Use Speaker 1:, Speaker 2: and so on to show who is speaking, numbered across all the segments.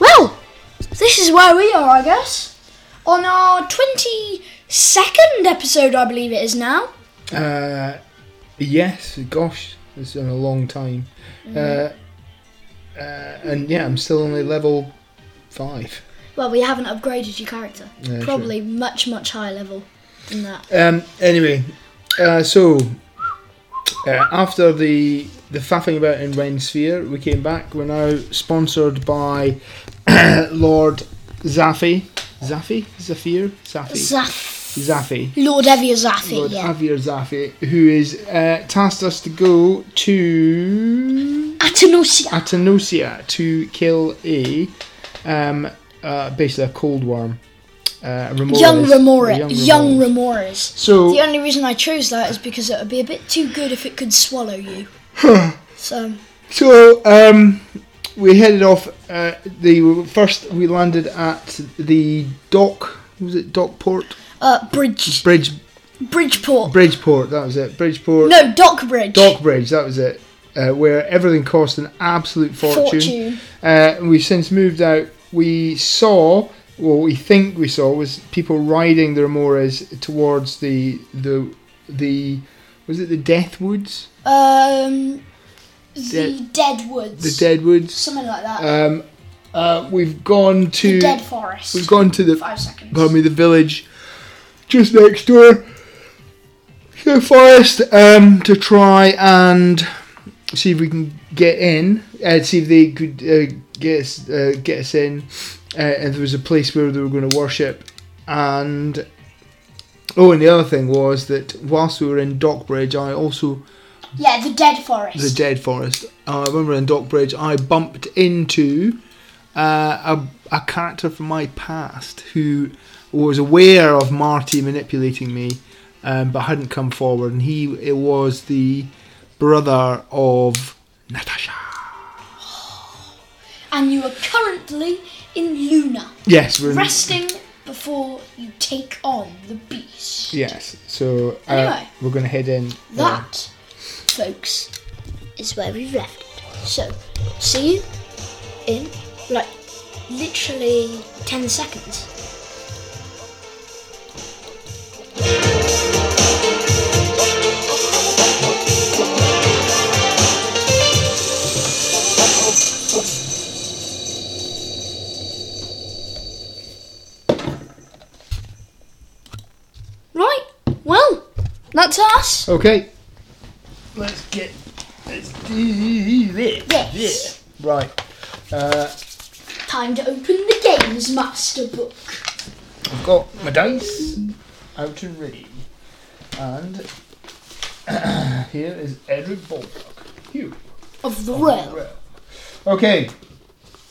Speaker 1: Well, this is where we are, I guess. On our 22nd episode, I believe it is now.
Speaker 2: Uh, yes, gosh, it's been a long time. Uh, uh, and yeah, I'm still only level five.
Speaker 1: Well, we haven't upgraded your character.
Speaker 2: true.
Speaker 1: Probably much, much higher level than that.
Speaker 2: Um, anyway, uh, so uh, after the the faffing about in Ren Sphere, we came back. We're now sponsored by Lord Zafi. Zafi? Zafir? Zafi?
Speaker 1: Zaf.
Speaker 2: Zafi.
Speaker 1: Lord Evia Zafi,
Speaker 2: Lord
Speaker 1: yeah.
Speaker 2: Javier Zafi, who is uh, tasked us to go to
Speaker 1: Atanosia.
Speaker 2: Atanosia to kill a um, uh, basically a cold worm. Uh, Remoras.
Speaker 1: Young Remora.
Speaker 2: Young Oh.
Speaker 1: Young
Speaker 2: Remoras.
Speaker 1: Remoras.
Speaker 2: So
Speaker 1: The only reason I chose that is because it would be a bit too good if it could swallow you. so,
Speaker 2: So um, we headed off. Uh, the first we landed at the dock. Was it Dockport?
Speaker 1: uh, Bridge.
Speaker 2: Bridge
Speaker 1: Bridgeport.
Speaker 2: Bridgeport. That was it. Bridgeport.
Speaker 1: no, Dock Bridge.
Speaker 2: Dock Bridge. That was it. Uh, where everything cost an absolute fortune.
Speaker 1: Fortune.
Speaker 2: Uh, we've since moved out. We saw, well, we think we saw was people riding the remoras towards the the the was it the Death Woods?
Speaker 1: Um, the
Speaker 2: Dead-
Speaker 1: Dead Woods.
Speaker 2: The Dead Woods.
Speaker 1: Something like that.
Speaker 2: Um, uh, we've gone to
Speaker 1: the Dead Forest.
Speaker 2: We've gone to the
Speaker 1: Five seconds.
Speaker 2: pardon me, the village just next door to the forest um, to try and see if we can get in and see if they could uh, get us uh, get us in. Uh, and there was a place where they were going to worship, and oh, and the other thing was that whilst we were in Dockbridge, I also
Speaker 1: Yeah, the Dead Forest.
Speaker 2: the dead forest. Uh, I remember in Dockbridge, I bumped into uh, a, a character from my past who was aware of Marty manipulating me, um, but hadn't come forward. And he it was the brother of Natasha.
Speaker 1: and you are currently in Luna,
Speaker 2: Yes, we're in-
Speaker 1: resting before you take on the beast.
Speaker 2: yes. So uh,
Speaker 1: Anyway.
Speaker 2: we're going to head in. uh,
Speaker 1: That, folks, is where we've left it. So, see you in like literally 10 seconds. Right, well, that's us.
Speaker 2: okay. Let's get. Let's do this.
Speaker 1: Yes.
Speaker 2: Yeah. Right. Uh,
Speaker 1: Time to open the games master book.
Speaker 2: I've got my dice out and ready. And here is Edric Baldock. Hugh.
Speaker 1: Of the realm.
Speaker 2: Well. Okay.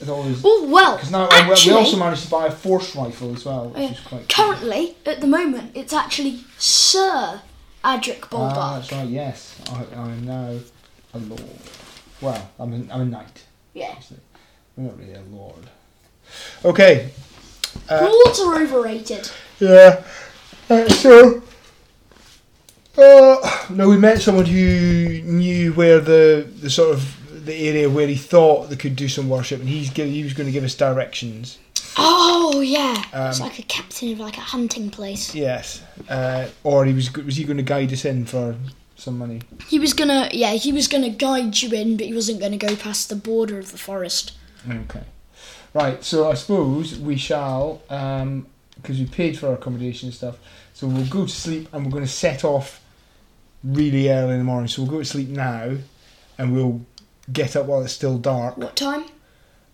Speaker 2: As always.
Speaker 1: Oh well.
Speaker 2: Because now uh, we-
Speaker 1: actually,
Speaker 2: we also managed to buy a force rifle as well,
Speaker 1: uh,
Speaker 2: which is quite cool.
Speaker 1: currently, at the moment, it's actually Sir Adric
Speaker 2: Ah,
Speaker 1: Baldock.
Speaker 2: that's right, yes. I, I am now a lord. Well, I'm a, I'm a knight.
Speaker 1: yeah.
Speaker 2: Actually. I'm not really a lord. Okay. Uh,
Speaker 1: Lords are overrated.
Speaker 2: Yeah. Uh, so, uh, no, we met someone who knew where the, the sort of the area where he thought they could do some worship, and he's give, he was going to give us directions.
Speaker 1: Oh yeah. it's
Speaker 2: Um,
Speaker 1: like a captain of like a hunting place.
Speaker 2: Yes. Uh, or he was go- was he going to guide us in for some money?
Speaker 1: He was gonna yeah, he was gonna guide you in, but he wasn't gonna go past the border of the forest.
Speaker 2: Okay. Right. So I suppose we shall, because we paid for our accommodation and stuff. So we'll go to sleep, and we're going to set off really early in the morning. So we'll go to sleep now, and we'll get up while it's still dark.
Speaker 1: What time?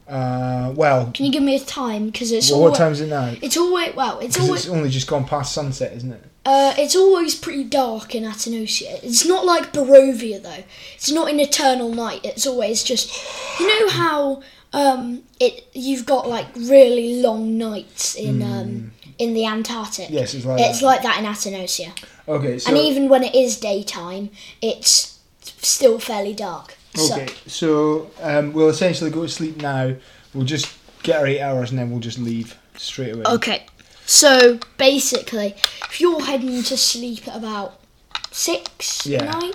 Speaker 2: Uh, well,
Speaker 1: Can you give me a time? Because it's
Speaker 2: well,
Speaker 1: always,
Speaker 2: what time is it now?
Speaker 1: it's always well, it's
Speaker 2: 'Cause
Speaker 1: always
Speaker 2: it's only just gone past sunset, isn't it?
Speaker 1: Uh, it's always pretty dark in Atanosia. It's not like Barovia though. It's not an eternal night. It's always just, you know how um, it you've got like really long nights in um, in the Antarctic.
Speaker 2: Hmm. Yes, it's like
Speaker 1: It's
Speaker 2: that.
Speaker 1: like that in Atanosia.
Speaker 2: Okay. So
Speaker 1: and even when it is daytime, it's still fairly dark.
Speaker 2: okay,
Speaker 1: So,
Speaker 2: so um, we'll essentially go to sleep now. We'll just get our eight hours, and then we'll just leave straight away.
Speaker 1: okay. So basically, if you're heading to sleep at about six,
Speaker 2: Yeah.
Speaker 1: nine,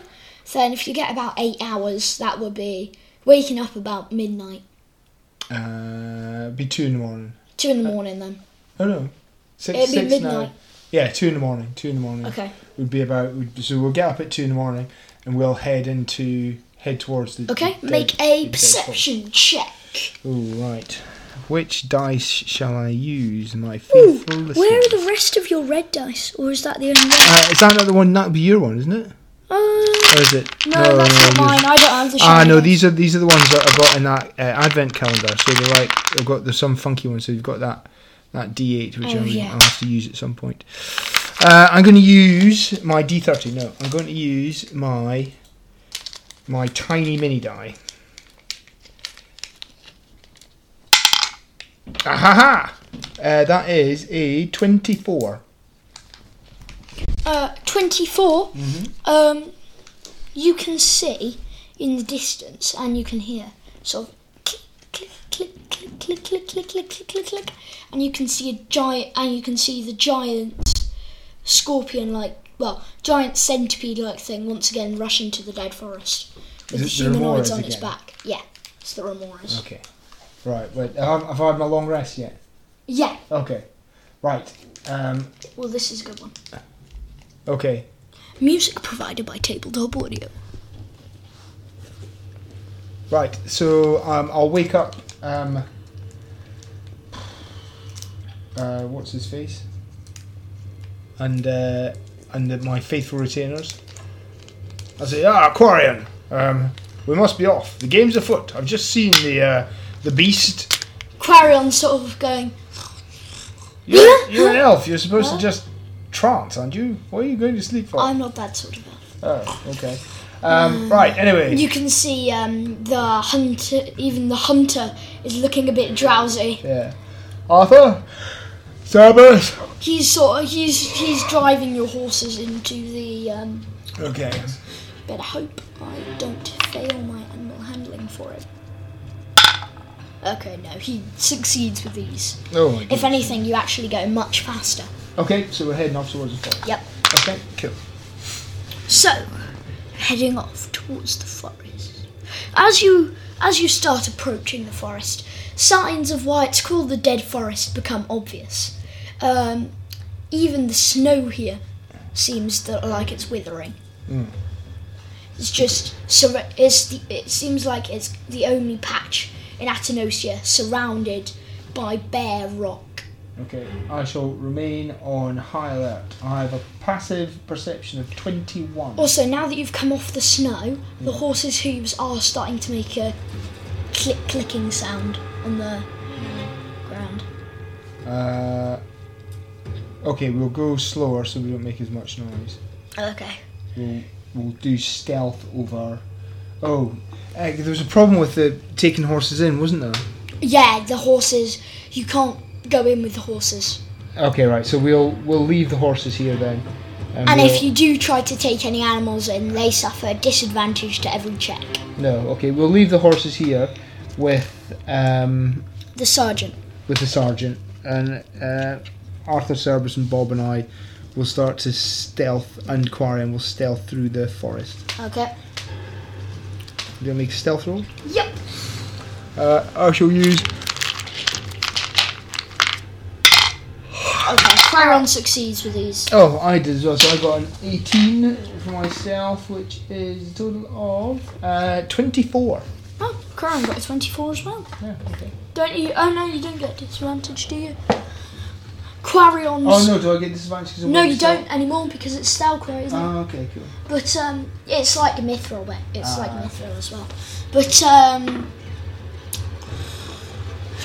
Speaker 1: then if you get about eight hours, that would be waking up about midnight,
Speaker 2: Uh, be two in the morning.
Speaker 1: two in the morning. Then
Speaker 2: Oh no, 6
Speaker 1: It'd be
Speaker 2: six
Speaker 1: midnight.
Speaker 2: now. Yeah, two in the morning. Two in the morning.
Speaker 1: okay,
Speaker 2: Would be about. we'd- So we'll get up at two in the morning, and we'll head into head towards the.
Speaker 1: okay.
Speaker 2: the
Speaker 1: Make
Speaker 2: dead- the
Speaker 1: a
Speaker 2: dead
Speaker 1: perception check.
Speaker 2: spot. Ooh, right. Which dice shall I use, my
Speaker 1: Ooh,
Speaker 2: faithful listeners?
Speaker 1: where are the rest of your red dice, or is that the only one?
Speaker 2: Uh, is that not the one? That'll be your one, isn't it?
Speaker 1: Uh,
Speaker 2: Or is it?
Speaker 1: no, that's not
Speaker 2: yours.
Speaker 1: mine. I don't have the.
Speaker 2: Ah,
Speaker 1: shiny
Speaker 2: no,
Speaker 1: one.
Speaker 2: these are these are the ones that I've got in that uh, advent calendar. So they're like I've got there's some funky ones. So you've got that that D8 which
Speaker 1: Oh,
Speaker 2: I'm,
Speaker 1: yeah.
Speaker 2: I'll have to use at some point. Uh, I'm going to use my D30. No, I'm going to use my my tiny mini die. Ahaha! Uh, that is a 24.
Speaker 1: uh, 24,
Speaker 2: Mm-hmm.
Speaker 1: um, you can see in the distance and you can hear sort of click, click, click, click, click, click, click, click, click, click, click, and you can see a giant, and you can see the giant scorpion like, well, giant centipede like thing once again rush into the dead forest with
Speaker 2: Is
Speaker 1: the
Speaker 2: it the
Speaker 1: humanoids
Speaker 2: remoras
Speaker 1: on its
Speaker 2: again?
Speaker 1: back. Yeah, it's the remoras.
Speaker 2: Okay. Right, wait, have, have I had my long rest yet?
Speaker 1: Yeah,
Speaker 2: Okay. Right. Um,
Speaker 1: well, this is a good one.
Speaker 2: okay.
Speaker 1: Music provided by Tabletop Audio.
Speaker 2: Right, so um, I'll wake up. Um, uh, what's his face? And uh, and my faithful retainers. I say, ah, Quarian, um, we must be off. The game's afoot. I've just seen the uh, the beast.
Speaker 1: Quarion sort of going,
Speaker 2: You're, you're an elf. You're supposed to just trance, aren't you? What are you going to sleep for?
Speaker 1: I'm not that sort of elf.
Speaker 2: oh, okay. Um, right. Anyway.
Speaker 1: You can see um, the hunter, even the hunter, is looking a bit drowsy.
Speaker 2: yeah. Arthur. Cerberus.
Speaker 1: He's sort of he's he's driving your horses into the um,
Speaker 2: Okay.
Speaker 1: bed. I hope I don't fail my animal handling for it. Okay, no, he succeeds with these.
Speaker 2: Oh my
Speaker 1: If anything, you actually go much faster.
Speaker 2: Okay, so we're heading off towards the forest.
Speaker 1: Yep.
Speaker 2: Okay, cool.
Speaker 1: So, heading off towards the forest. As you as you start approaching the forest, signs of why it's called the Dead Forest become obvious. Um, even the snow here seems that, like it's withering. It's just sur- it's the, it seems like it's the only patch in Atenosia surrounded by bare rock.
Speaker 2: Okay, I shall remain on high alert. I have a passive perception of 21.
Speaker 1: Also, now that you've come off the snow, the horse's hooves are starting to make a click clicking sound on the ground.
Speaker 2: Uh, okay, we'll go slower so we don't make as much noise.
Speaker 1: Oh, Okay.
Speaker 2: We'll, we'll do stealth over. Oh, eh, there was a problem with the taking horses in, wasn't there?
Speaker 1: Yeah, the horses. You can't go in with the horses.
Speaker 2: Okay, right. So we'll we'll leave the horses here then.
Speaker 1: And
Speaker 2: we'll-
Speaker 1: if you do try to take any animals in, they suffer disadvantage to every check.
Speaker 2: no, okay, we'll leave the horses here with um,
Speaker 1: The sergeant.
Speaker 2: with the sergeant, and uh, Arthur Cerberus and Bob and I will start to stealth and quarry, and we'll stealth through the forest.
Speaker 1: Okay.
Speaker 2: Do you want to make a stealth roll?
Speaker 1: Yep.
Speaker 2: Uh, I shall use.
Speaker 1: Okay. Claron succeeds with these.
Speaker 2: Oh, I did as well. So I got an 18 for myself, which is a total of uh, 24.
Speaker 1: Oh, Claron got a 24 as well.
Speaker 2: Yeah, okay.
Speaker 1: Don't you? Oh no, you don't get disadvantage, do you? Quarion's.
Speaker 2: Oh no, do I get disadvantage? 'cause I'm
Speaker 1: No,
Speaker 2: wearing
Speaker 1: you
Speaker 2: stealth?
Speaker 1: don't anymore because it's Stalker, isn't it?
Speaker 2: Oh, okay, cool.
Speaker 1: But um, it's like a Mithril, but it's like
Speaker 2: Ah.
Speaker 1: Mithril as well. But um,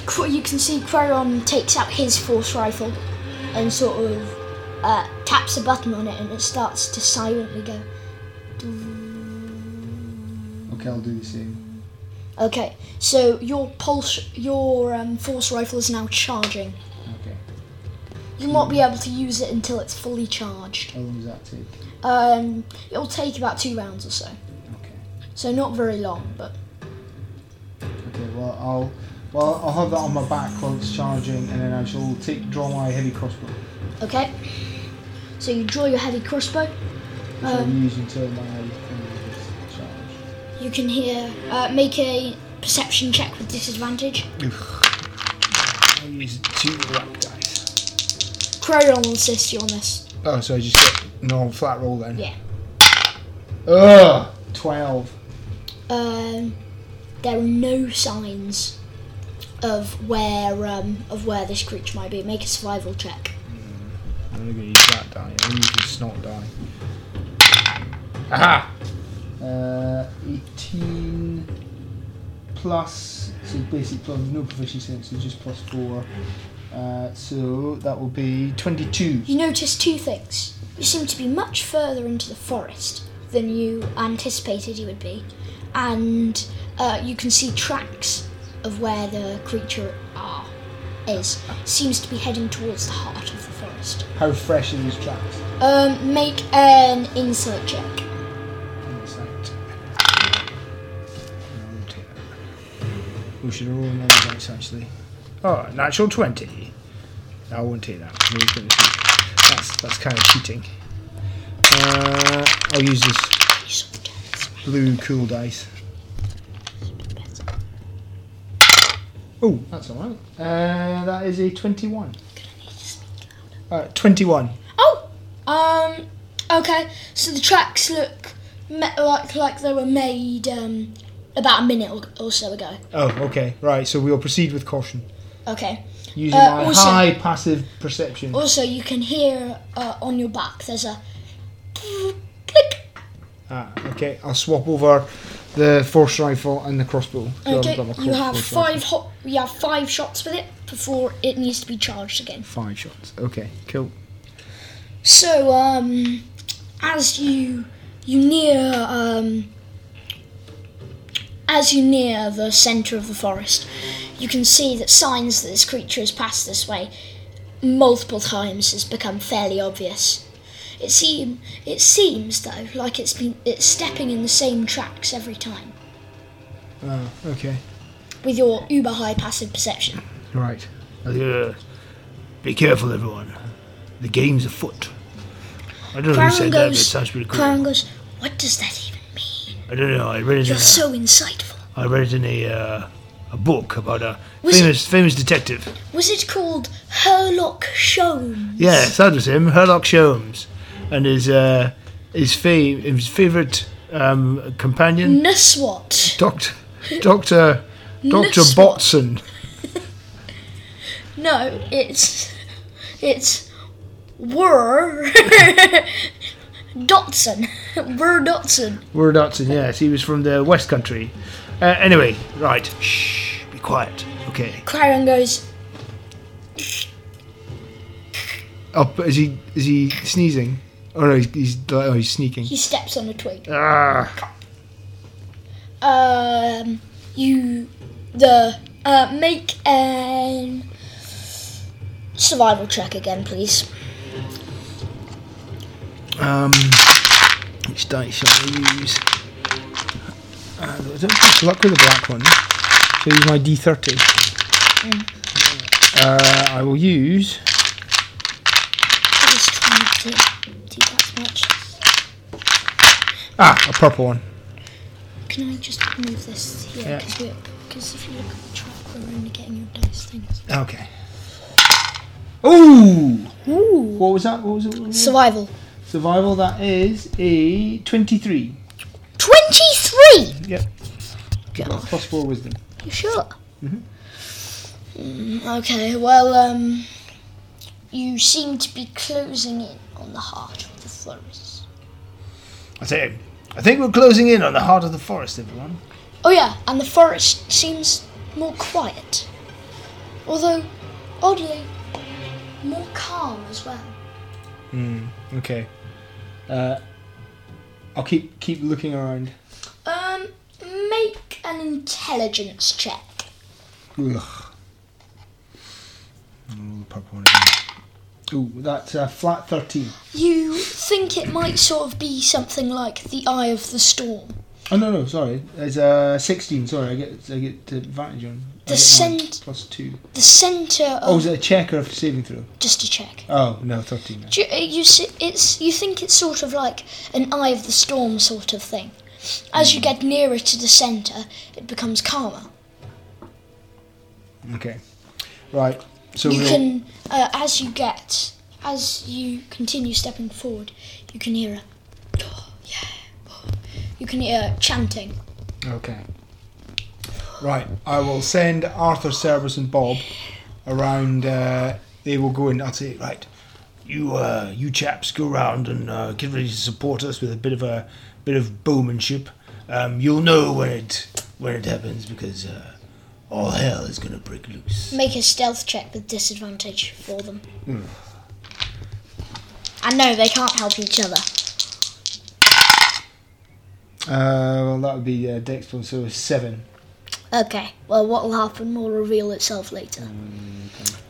Speaker 1: Qu- you can see Quarion takes out his force rifle and sort of uh, taps a button on it, and it starts to silently go.
Speaker 2: Okay, I'll do the same.
Speaker 1: Okay, so your pulse, your um, force rifle is now charging.
Speaker 2: Okay.
Speaker 1: You'll not be able to use it until it's fully charged.
Speaker 2: How long does that take?
Speaker 1: Um, it'll take about two rounds or so,
Speaker 2: Okay.
Speaker 1: so not very long, but
Speaker 2: Okay, well, I'll Well, I'll have that on my back while it's charging, and then I shall take draw my heavy crossbow.
Speaker 1: Okay. So you draw your heavy crossbow.
Speaker 2: Which
Speaker 1: Um,
Speaker 2: I'm using till my thing is charged.
Speaker 1: you can hear. Uh, make a perception check with disadvantage.
Speaker 2: I use two black dice.
Speaker 1: Crow will assist you on this.
Speaker 2: Oh, so I just get normal flat roll then.
Speaker 1: Yeah.
Speaker 2: Ugh. Twelve.
Speaker 1: Um, there are no signs of where um, of where this creature might be. Make a survival check.
Speaker 2: I'm only gonna use that die. I'm using snot die. Aha! Uh, 18 plus, so basic plus, no proficiency, so just plus 4. Uh, so that will be 22.
Speaker 1: You notice two things. You seem to be much further into the forest than you anticipated you would be, and uh, you can see tracks of where the creature are is. Seems to be heading towards the heart of the forest.
Speaker 2: How fresh are these tracks?
Speaker 1: Um, make an insight check.
Speaker 2: Insight. No, we'll take that. We should roll another dice actually. Oh, natural 20. No, I won't take that. I'm always gonna take- That's, that's kind of cheating. Uh, I'll use this
Speaker 1: You sort of turn this way.
Speaker 2: blue cool dice. Oh, that's alright. Uh, that is a 21.
Speaker 1: I need to speak louder.
Speaker 2: Uh, 21.
Speaker 1: Oh, um, okay. So the tracks look me- like like they were made um, about a minute or, or so ago.
Speaker 2: Oh, okay, right, so we'll proceed with caution.
Speaker 1: Okay.
Speaker 2: Using
Speaker 1: Uh,
Speaker 2: my
Speaker 1: also-
Speaker 2: high passive perception.
Speaker 1: Also, you can hear uh, on your back. There's a click.
Speaker 2: Ah, okay, I'll swap over the force rifle and the crossbow. So I've
Speaker 1: Okay,
Speaker 2: got my
Speaker 1: you
Speaker 2: cro-
Speaker 1: have
Speaker 2: force
Speaker 1: five
Speaker 2: rifle.
Speaker 1: hot. You have five shots with it before it needs to be charged again.
Speaker 2: Five shots, okay, cool.
Speaker 1: So, um, as you you near um, as you near the center of the forest, you can see that signs that this creature has passed this way multiple times has become fairly obvious. It seem it seems though like it's been it's stepping in the same tracks every time
Speaker 2: Oh, okay,
Speaker 1: with your uber high passive perception.
Speaker 2: right.
Speaker 3: Uh, be careful, everyone. The game's afoot. I don't know who
Speaker 1: Crown
Speaker 3: said that, but it
Speaker 1: goes,
Speaker 3: sounds pretty cool.
Speaker 1: Crown goes. What does that even mean?
Speaker 3: I don't know. I read it. In
Speaker 1: You're
Speaker 3: a,
Speaker 1: so insightful.
Speaker 3: I read it in a uh, a book about a
Speaker 1: Was it-
Speaker 3: famous famous detective.
Speaker 1: Was it called Herlock Sholmes?
Speaker 3: Yes, that was him, Herlock Sholmes, and his uh, his fa- his favorite um, companion,
Speaker 1: Nusswat.
Speaker 3: Doctor Doctor Doctor
Speaker 1: Nusswat.
Speaker 3: Botson.
Speaker 1: No, it's it's Wur Dotson. Wur Dotson.
Speaker 3: Were Dotson. Yes, he was from the West Country. Uh, anyway, right. Shh, be quiet. Okay.
Speaker 1: Cryon goes.
Speaker 2: Up, is he is he sneezing? Oh no, he's, he's, oh, he's sneaking.
Speaker 1: He steps on a twig.
Speaker 3: Ah,
Speaker 1: Um, you the uh, make an survival check again, please.
Speaker 3: um, which dice shall I use?
Speaker 2: I don't think luck with the black one. So use my D30. Uh, I will use.
Speaker 1: I was trying to do that much.
Speaker 2: Ah, a purple one.
Speaker 1: Can I just move this here?
Speaker 2: Yeah.
Speaker 1: Because we're because if you look at the track, we're only getting your dice things.
Speaker 2: Okay. Ooh!
Speaker 1: Ooh.
Speaker 2: What was that? What was it? What was it?
Speaker 1: Survival.
Speaker 2: Survival, that is a 23.
Speaker 1: 23!
Speaker 2: Yep. Plus 4 wisdom.
Speaker 1: You sure? Mm, okay, well, um, you seem to be closing in on the heart of the forest.
Speaker 3: I say, I think we're closing in on the heart of the forest, everyone.
Speaker 1: Oh, yeah, and the forest seems more quiet. Although, oddly, more calm as well.
Speaker 2: Okay. Uh, I'll keep keep looking around.
Speaker 1: Um, make an intelligence check.
Speaker 2: Ugh. Oh, the purple one again. Ooh, that's a flat 13.
Speaker 1: You think it might sort of be something like the Eye of the Storm,
Speaker 2: Oh no no sorry. There's uh sixteen. Sorry, I get I get advantage on. I
Speaker 1: The
Speaker 2: get
Speaker 1: cent-
Speaker 2: plus two.
Speaker 1: The centre
Speaker 2: Oh, is
Speaker 1: of.
Speaker 2: it a check or a saving throw?
Speaker 1: just a check.
Speaker 2: Oh no, thirteen. Now.
Speaker 1: Do you, uh, you see, it's you think it's sort of like an eye of the storm sort of thing. As you get nearer to the centre, it becomes calmer.
Speaker 2: Okay, right. So
Speaker 1: you
Speaker 2: we'll,
Speaker 1: can, uh, as you get, as you continue stepping forward, you can hear a, yeah, you can hear chanting.
Speaker 2: Okay. Right, I will send Arthur, Cerberus, and Bob around. Uh, they will go in. I'll say, right, you, uh, you chaps, go round and uh, get ready to support us with a bit of a bit of bowmanship. Um, you'll know when it when it happens because uh, all hell is gonna break loose.
Speaker 1: Make a stealth check with disadvantage for them. And no, they can't help each other.
Speaker 2: Uh, well, that would be uh, Dex plus so seven.
Speaker 1: Okay, well, what will happen will reveal itself later.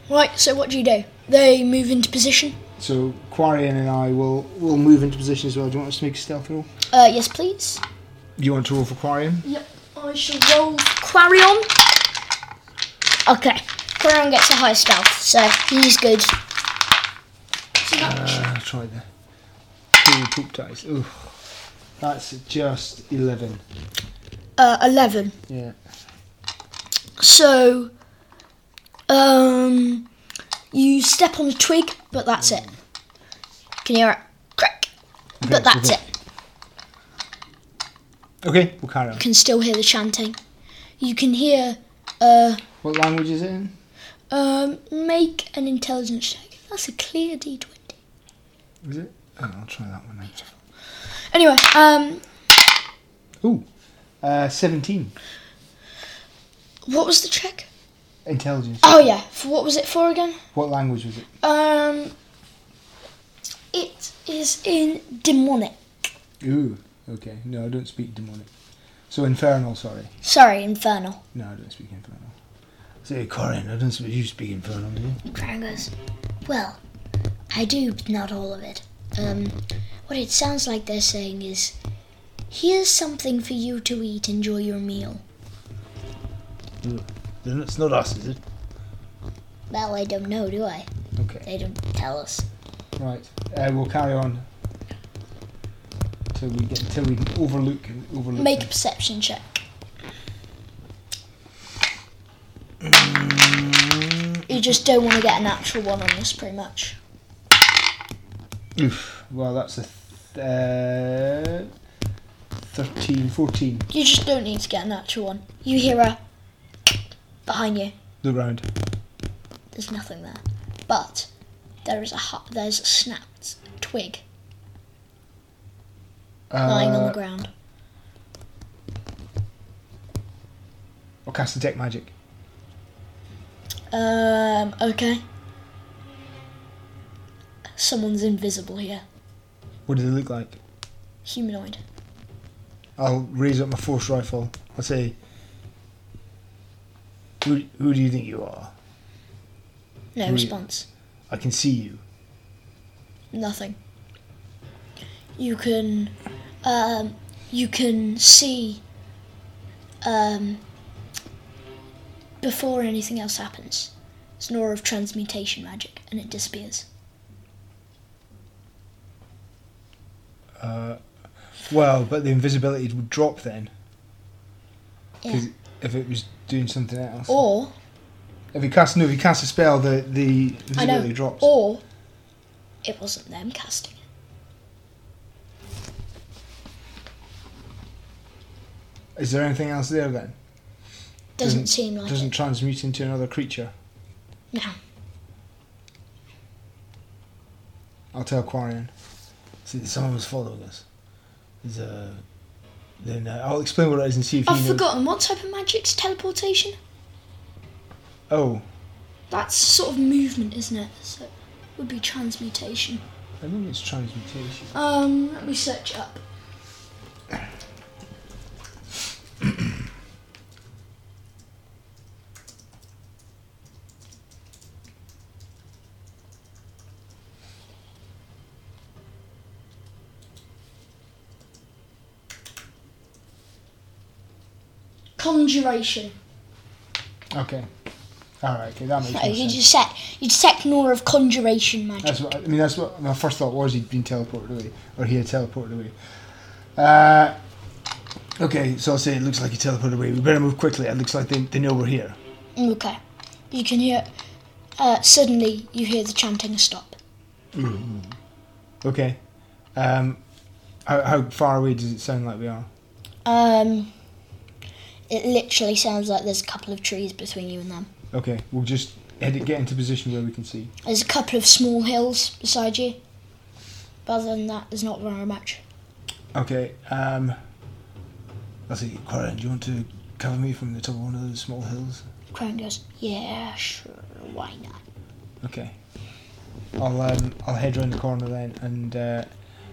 Speaker 1: Right, so what do you do? They move into position.
Speaker 2: So Quarian and I will will move into position as well. Do you want us to make a stealth roll?
Speaker 1: Uh, yes, please.
Speaker 2: Do you want to roll for Quarian?
Speaker 1: Yep, I shall roll Quarion. Okay, Quarion gets a high stealth, so he's good.
Speaker 2: Uh, try the two poop dice. Ooh, that's just eleven.
Speaker 1: Uh, 11.
Speaker 2: Yeah.
Speaker 1: So, um, you step on a twig, but that's it. Can you hear it? Crack! But that's it.
Speaker 2: Okay, we'll carry on.
Speaker 1: Can still hear the chanting. You can hear, uh,
Speaker 2: What language is it in?
Speaker 1: um, make an intelligence check. That's a clear d20.
Speaker 2: Is it? Oh, I'll try that one. Next.
Speaker 1: Anyway, um,
Speaker 2: Ooh, uh, seventeen.
Speaker 1: what was the check?
Speaker 2: Intelligence.
Speaker 1: Oh, yeah. For what was it for again?
Speaker 2: What language was it?
Speaker 1: Um, it is in demonic.
Speaker 2: Ooh. Okay. No, I don't speak demonic. So infernal. Sorry.
Speaker 1: Sorry, infernal.
Speaker 2: No, I don't speak infernal. Say, Corin, I don't speak. You speak infernal, do you?
Speaker 1: Crown goes, well, I do, but not all of it. Um, what it sounds like they're saying is, here's something for you to eat. Enjoy your meal.
Speaker 2: Then it's not us, is it?
Speaker 1: Well, I don't know, do I?
Speaker 2: Okay.
Speaker 1: They don't tell us.
Speaker 2: Right. Uh, we'll carry on. Till we get, till we overlook, overlook.
Speaker 1: Make a
Speaker 2: them.
Speaker 1: perception check.
Speaker 2: Mm,
Speaker 1: You just don't want to get a natural one on this, pretty much.
Speaker 2: Oof. Well, that's a th- uh, 13, 14.
Speaker 1: You just don't need to get a natural one. You hear a behind you.
Speaker 2: Look round.
Speaker 1: There's nothing there, but there is a hu- there's a snapped twig lying on the
Speaker 2: Uh,
Speaker 1: ground.
Speaker 2: I'll cast detect magic.
Speaker 1: Um. Okay. Someone's invisible here.
Speaker 2: What does it look like?
Speaker 1: Humanoid.
Speaker 2: I'll raise up my force rifle. I'll say, who, who do you think you are?
Speaker 1: No
Speaker 2: Hmm.
Speaker 1: response.
Speaker 2: I can see you.
Speaker 1: Nothing. You can, um, you can see, um, before anything else happens, it's an aura of transmutation magic, and it disappears.
Speaker 2: Well, but the invisibility would drop then.
Speaker 1: Yeah.
Speaker 2: 'cause if it was doing something else.
Speaker 1: Or
Speaker 2: If you cast, no, if you cast a spell, the, the
Speaker 1: I know.
Speaker 2: invisibility drops.
Speaker 1: Or it wasn't them casting it.
Speaker 2: Is there anything else there then?
Speaker 1: Doesn't, seem like
Speaker 2: Doesn't
Speaker 1: it.
Speaker 2: transmute into another creature.
Speaker 1: No.
Speaker 2: I'll tell Quarian. See, someone was following us. There's a- Then uh, I'll explain what it is and see if
Speaker 1: I've
Speaker 2: he knows.
Speaker 1: forgotten what type of magic's teleportation.
Speaker 2: Oh,
Speaker 1: That's sort of movement, isn't it? So it would be transmutation.
Speaker 2: I think it's transmutation.
Speaker 1: Um, let me search up. Conjuration.
Speaker 2: Okay. All right. Okay, that makes
Speaker 1: No,
Speaker 2: more
Speaker 1: you
Speaker 2: sense.
Speaker 1: just set you detect more of conjuration magic.
Speaker 2: That's what I mean. That's what my first thought was. He'd been teleported away, or he had teleported away. Uh, okay, so I'll say it looks like he teleported away. We better move quickly. It looks like they, they know we're here.
Speaker 1: Okay. You can hear. Uh, suddenly, you hear the chanting stop.
Speaker 2: Okay. Um, how, how far away does it sound like we are?
Speaker 1: Um, it literally sounds like there's a couple of trees between you and them.
Speaker 2: Okay, we'll just head it, get into position where we can see.
Speaker 1: There's a couple of small hills beside you. But other than that, there's not very much.
Speaker 2: Okay. Um, let's see, Corin, do you want to cover me from the top of one of those small hills?
Speaker 1: Crone goes, yeah, sure, why not?
Speaker 2: Okay. I'll um, I'll head round the corner then, and uh,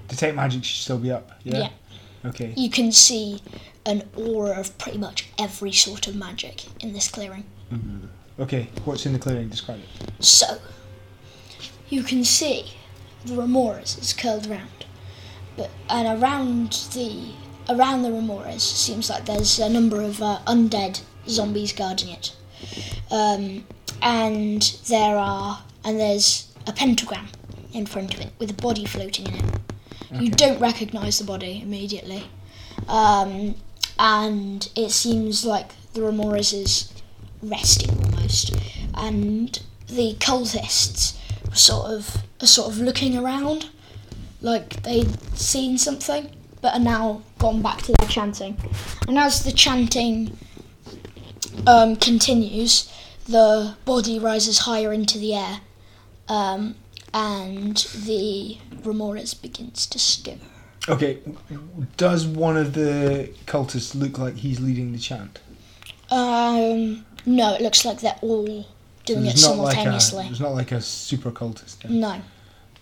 Speaker 2: detect magic should still be up.
Speaker 1: Yeah.
Speaker 2: Okay.
Speaker 1: You can see an aura of pretty much every sort of magic in this clearing.
Speaker 2: Okay, what's in the clearing? Describe it.
Speaker 1: So, you can see the remoras is curled round, but and around the around the remoras seems like there's a number of uh, undead zombies guarding it, um, and there are and there's a pentagram in front of it with a body floating in it. You don't recognise the body immediately, um, and it seems like the remoras is resting almost, and the cultists were sort of are sort of looking around, like they'd seen something, but are now gone back to their chanting. And as the chanting um, continues, the body rises higher into the air, um, and the remoras begins to stir.
Speaker 2: Okay, does one of the cultists look like he's leading the chant?
Speaker 1: Um, no, it looks like they're all doing it
Speaker 2: There's not like a,
Speaker 1: simultaneously. Mm.
Speaker 2: there's not like a super cultist. then.
Speaker 1: No.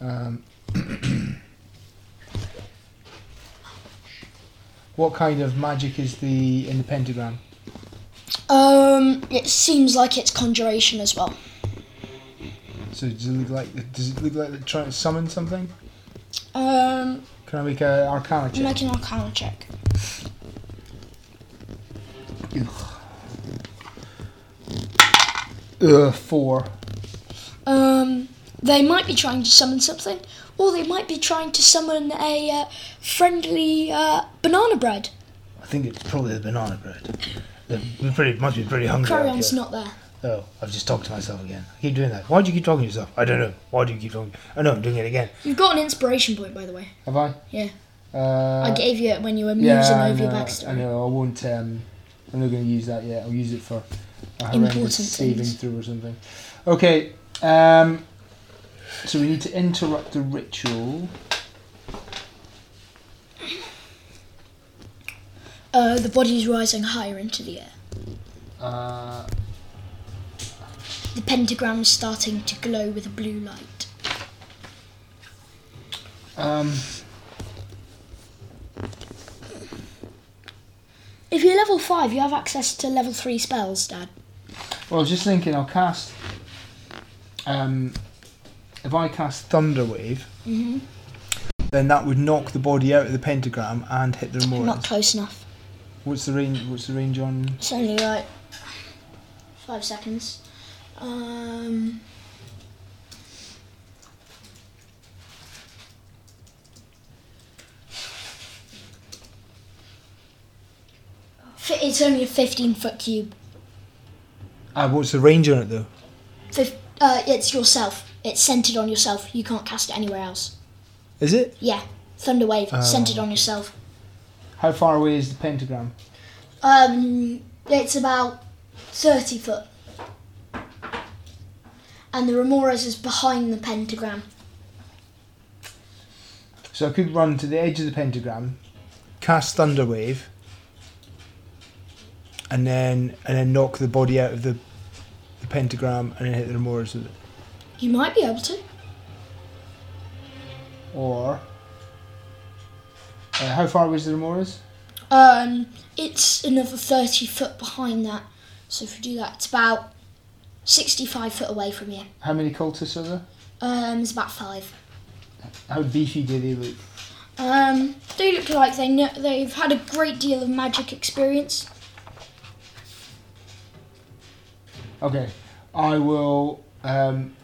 Speaker 2: Um, what kind of magic is the in the pentagram?
Speaker 1: Um, it seems like it's conjuration as well.
Speaker 2: So does it look like does it look like they're trying to summon something?
Speaker 1: Um,
Speaker 2: Can I make a arcana check?
Speaker 1: make an arcana check.
Speaker 2: Ugh, Uh, four.
Speaker 1: Um, they might be trying to summon something, or they might be trying to summon a uh, friendly uh, banana bread.
Speaker 2: I think it's probably the banana bread. They're pretty must be pretty hungry. out
Speaker 1: Crayon's
Speaker 2: here.
Speaker 1: not there.
Speaker 2: Oh, I've just talked to myself again. I keep doing that. Why do you keep talking to yourself? I don't know. Why do you keep talking? I know I'm doing it again.
Speaker 1: You've got an inspiration point, by the way.
Speaker 2: Have I?
Speaker 1: Yeah,
Speaker 2: Uh,
Speaker 1: I gave you it when you were musing
Speaker 2: yeah, I
Speaker 1: over
Speaker 2: know,
Speaker 1: your
Speaker 2: I
Speaker 1: backstory.
Speaker 2: know. I won't. Um, I'm not going to use that yet. I'll use it for a horrendous
Speaker 1: Important
Speaker 2: saving
Speaker 1: things.
Speaker 2: throw or something. Okay. Um, so we need to interrupt the ritual.
Speaker 1: Uh, the body's rising higher into the air.
Speaker 2: Uh,
Speaker 1: The pentagram's starting to glow with a blue light.
Speaker 2: um,
Speaker 1: If you're level five, you have access to level three spells, Dad.
Speaker 2: well, I was just thinking. I'll cast. Um, if I cast Thunderwave,
Speaker 1: Mm-hmm.
Speaker 2: then that would knock the body out of the pentagram and hit the
Speaker 1: Not
Speaker 2: remoras.
Speaker 1: close enough.
Speaker 2: What's the range? What's the range on?
Speaker 1: It's only like five seconds. Um, fi- it's only a 15 foot cube.
Speaker 2: Uh, what's the range on it though?
Speaker 1: Fif- uh, it's yourself. It's centered on yourself. You can't cast it anywhere else.
Speaker 2: Is it?
Speaker 1: Yeah, Thunder Wave,
Speaker 2: Oh.
Speaker 1: centered on yourself.
Speaker 2: How far away is the pentagram?
Speaker 1: Um, it's about 30 foot. And the Remoras is behind the pentagram.
Speaker 2: So I could run to the edge of the pentagram, cast Thunderwave, and then and then knock the body out of the, the pentagram and then hit the remoras with it.
Speaker 1: You might be able to.
Speaker 2: Or uh, how far away is the remoras?
Speaker 1: Um, it's another 30 foot behind that. So if you do that, it's about 65 foot away from you.
Speaker 2: How many cultists are there?
Speaker 1: Um, it's about five.
Speaker 2: How beefy do they look?
Speaker 1: Um, they look like they know, they've had a great deal of magic experience.
Speaker 2: Okay, I will. Um,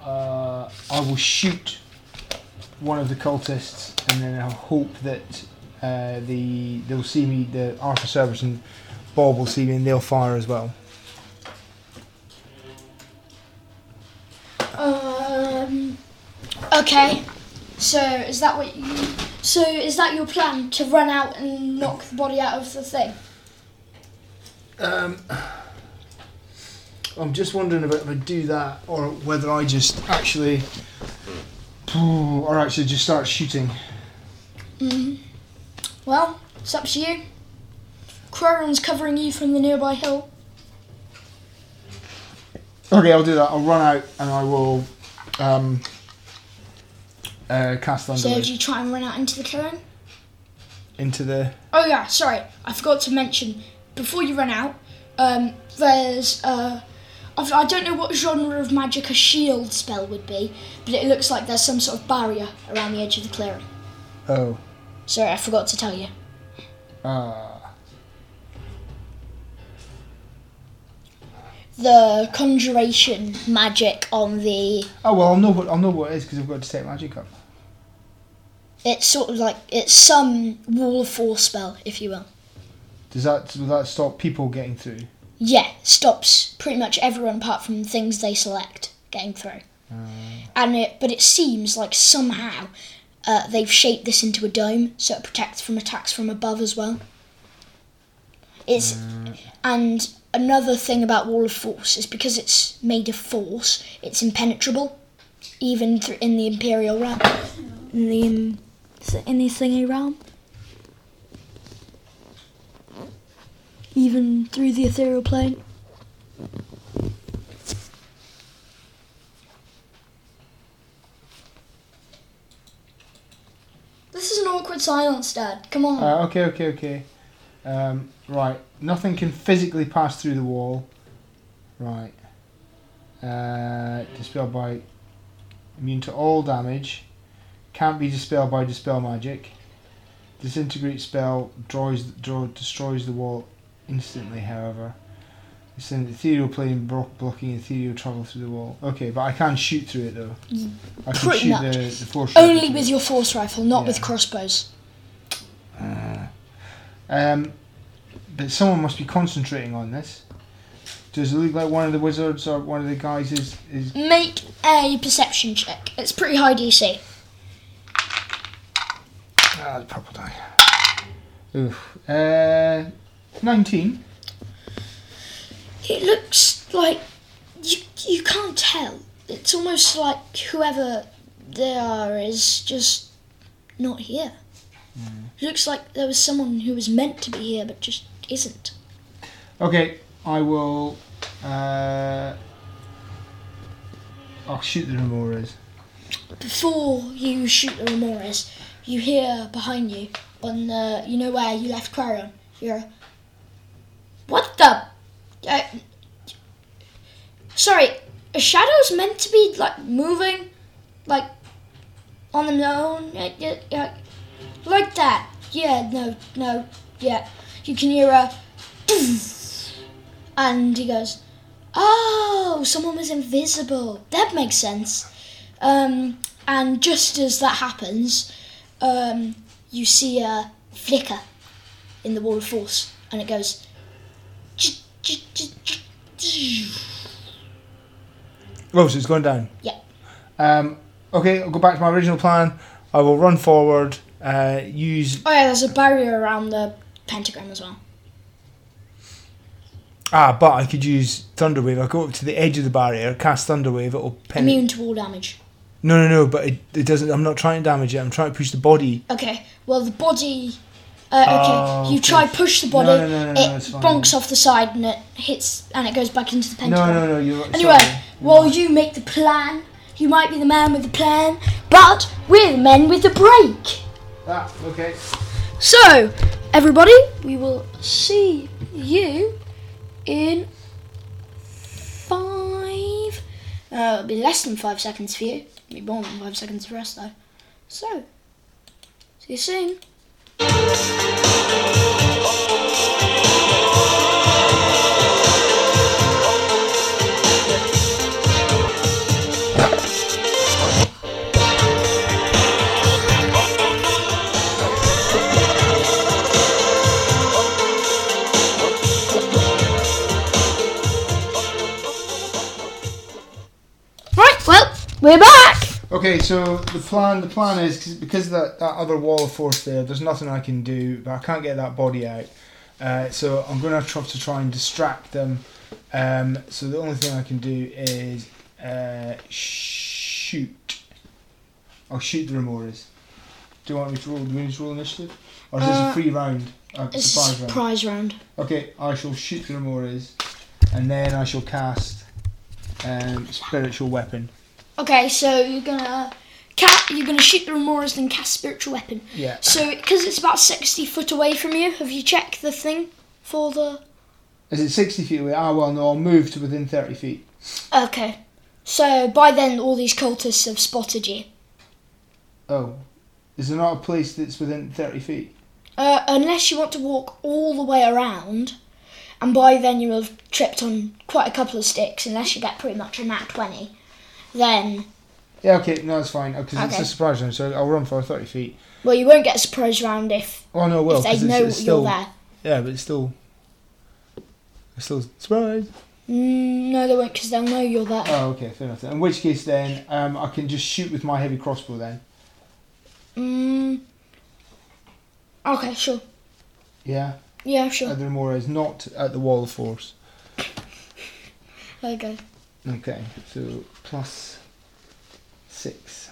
Speaker 2: uh, I will shoot one of the cultists, and then I'll hope that uh, the they'll see me. The Arthur Service and Bob will see me, and they'll fire as well.
Speaker 1: Um. Okay. So is that what you? So is that your plan to run out and knock the body out of the thing?
Speaker 2: Um, I'm just wondering about if I do that or whether I just actually, or actually just start shooting.
Speaker 1: hmm Well, it's up to you. Croron's covering you from the nearby hill.
Speaker 2: Okay, I'll do that. I'll run out and I will um, uh, cast
Speaker 1: So
Speaker 2: Thunderwave
Speaker 1: if you try and run out into the clearing.
Speaker 2: into the.
Speaker 1: Oh yeah, sorry, I forgot to mention. Before you run out, um, there's uh, I've- I don't know what genre of magic a shield spell would be, but it looks like there's some sort of barrier around the edge of the clearing.
Speaker 2: Oh.
Speaker 1: Sorry, I forgot to tell you.
Speaker 2: Uh,
Speaker 1: The conjuration magic on the
Speaker 2: oh well, I'll know what I'll know what it is because I've got to take magic up.
Speaker 1: it's sort of like it's some wall of force spell, if you will.
Speaker 2: Does that will that stop people getting through?
Speaker 1: Yeah, stops pretty much everyone apart from things they select getting through. And it, but it seems like somehow uh, they've shaped this into a dome, so it protects from attacks from above as well. It's and another thing about Wall of Force is because it's made of force, it's impenetrable, even thr in the Imperial realm, in the um, in the thingy realm, even through the ethereal plane. This is an awkward silence, Dad. Come on.
Speaker 2: Uh, okay, okay, okay. Um, right, nothing can physically pass through the wall. Right. Uh, dispel by immune to all damage. Can't be dispelled by dispel magic. Disintegrate spell draws draw, destroys the wall instantly. However, it's an ethereal plane bro- blocking ethereal travel through the wall. Okay, but I can shoot through it though. I can
Speaker 1: Pretty
Speaker 2: shoot
Speaker 1: much.
Speaker 2: the, the four shot
Speaker 1: Only
Speaker 2: through
Speaker 1: with
Speaker 2: it.
Speaker 1: your force rifle, not with
Speaker 2: Yeah.
Speaker 1: crossbows.
Speaker 2: Um, but someone must be concentrating on this. Does it look like one of the wizards or one of the guys is is?
Speaker 1: Make a perception check. It's pretty high DC.
Speaker 2: Ah, the purple die. Oof. Uh, nineteen.
Speaker 1: It looks like you you can't tell. It's almost like whoever they are is just not here. It looks like there was someone who was meant to be here but just isn't.
Speaker 2: Okay, I will. Uh, I'll shoot the remoras.
Speaker 1: Before you shoot the Remores, you hear behind you on the you know where you left Quaron. You're a- what the? Uh, sorry, a shadow's meant to be like moving, like on the own, uh, yeah, yeah, like that. Yeah, no, no, yeah. You can hear a, and he goes, "Oh, someone was invisible." That makes sense. Um, and just as that happens, um, you see a flicker in the wall of force, and it goes.
Speaker 2: Oh, so it's going down.
Speaker 1: Yeah.
Speaker 2: Um, okay, I'll go back to my original plan. I will run forward. Uh, use
Speaker 1: Oh yeah, there's a barrier around the pentagram as well.
Speaker 2: ah, but I could use thunderwave. I'll go up to the edge of the barrier, cast thunderwave. It'll pen-
Speaker 1: Immune to all damage.
Speaker 2: No, no, no. But it, it doesn't. I'm not trying to damage it. I'm trying to push the body.
Speaker 1: Okay. Well, the body. Uh, okay.
Speaker 2: Oh,
Speaker 1: you
Speaker 2: okay.
Speaker 1: try push the body.
Speaker 2: No, no, no, no, no,
Speaker 1: it
Speaker 2: it's fine.
Speaker 1: bonks off the side and it hits and it goes back into the pentagram.
Speaker 2: No, no, no. You're right.
Speaker 1: Anyway,
Speaker 2: sorry.
Speaker 1: while you make the plan, you might be the man with the plan, but we're the men with the break.
Speaker 2: Ah, okay.
Speaker 1: So, everybody, we will see you in five. Uh, it'll be less than five seconds for you. It'll be more than five seconds for us, though. So, see you soon.
Speaker 4: Thank We're back.
Speaker 2: Okay, so the plan the plan is 'cause- because of that that other wall of force there. There's nothing I can do, but I can't get that body out. Uh, so I'm going to have to try and distract them. Um, so the only thing I can do is uh, shoot. I'll shoot the Remoras. Do you want me to roll? Do we need to roll initiative, or is this a
Speaker 1: Uh,
Speaker 2: free round? A
Speaker 1: It's
Speaker 2: surprise
Speaker 1: a
Speaker 2: round.
Speaker 1: prize round.
Speaker 2: Okay, I shall shoot the Remoras, and then I shall cast um, spiritual weapon.
Speaker 1: Okay, so you're gonna cat. You're gonna shoot the remoras, then cast spiritual weapon.
Speaker 2: Yeah.
Speaker 1: So because it's about sixty foot away from you, have you checked the thing for the?
Speaker 2: Is it 60 feet away? Ah, well, no, I'll move to within 30 feet.
Speaker 1: Okay. So by then, all these cultists have spotted you.
Speaker 2: Oh. Is there not a place that's within 30 feet?
Speaker 1: Uh, unless you want to walk all the way around, and by then you'll have tripped on quite a couple of sticks, unless you get pretty much a nat 20. Then,
Speaker 2: Yeah, okay, no, it's fine, because it's
Speaker 1: Okay.
Speaker 2: a surprise round, so I'll run for 30 feet.
Speaker 1: well, you won't get a surprise round if,
Speaker 2: Oh, no, I will,
Speaker 1: if they
Speaker 2: 'cause it's,
Speaker 1: know
Speaker 2: it's
Speaker 1: you're
Speaker 2: still...
Speaker 1: there.
Speaker 2: Yeah, but it's still... It's still... Surprise!
Speaker 1: Mm, no, they won't, because they'll know you're there.
Speaker 2: Oh, okay, fair enough. then. In which case, then, um, I can just shoot with my heavy crossbow, then.
Speaker 1: Mm, okay, sure.
Speaker 2: Yeah?
Speaker 1: Yeah,
Speaker 2: At
Speaker 1: sure.
Speaker 2: the Remora is not at the wall of force.
Speaker 1: There you go.
Speaker 2: Okay, so plus... Six.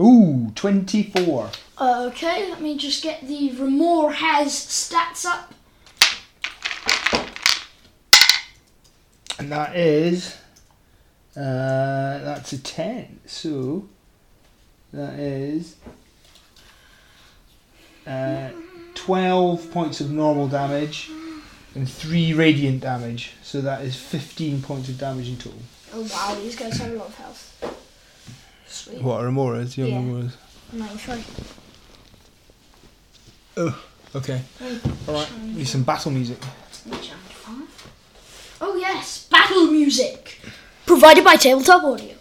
Speaker 2: Ooh, 24.
Speaker 1: Okay, let me just get the Remor has stats up.
Speaker 2: And that is uh, that's a ten. So that is uh, twelve points of normal damage and three radiant damage. So that is fifteen points of damage in total.
Speaker 1: Oh, wow, these guys have a lot of health. Sweet.
Speaker 2: What Remora's?
Speaker 1: Yeah. Remoras. 93.
Speaker 2: Okay.
Speaker 1: Mm.
Speaker 2: All right. Need some battle music.
Speaker 1: Oh yes, battle music provided by Tabletop Audio.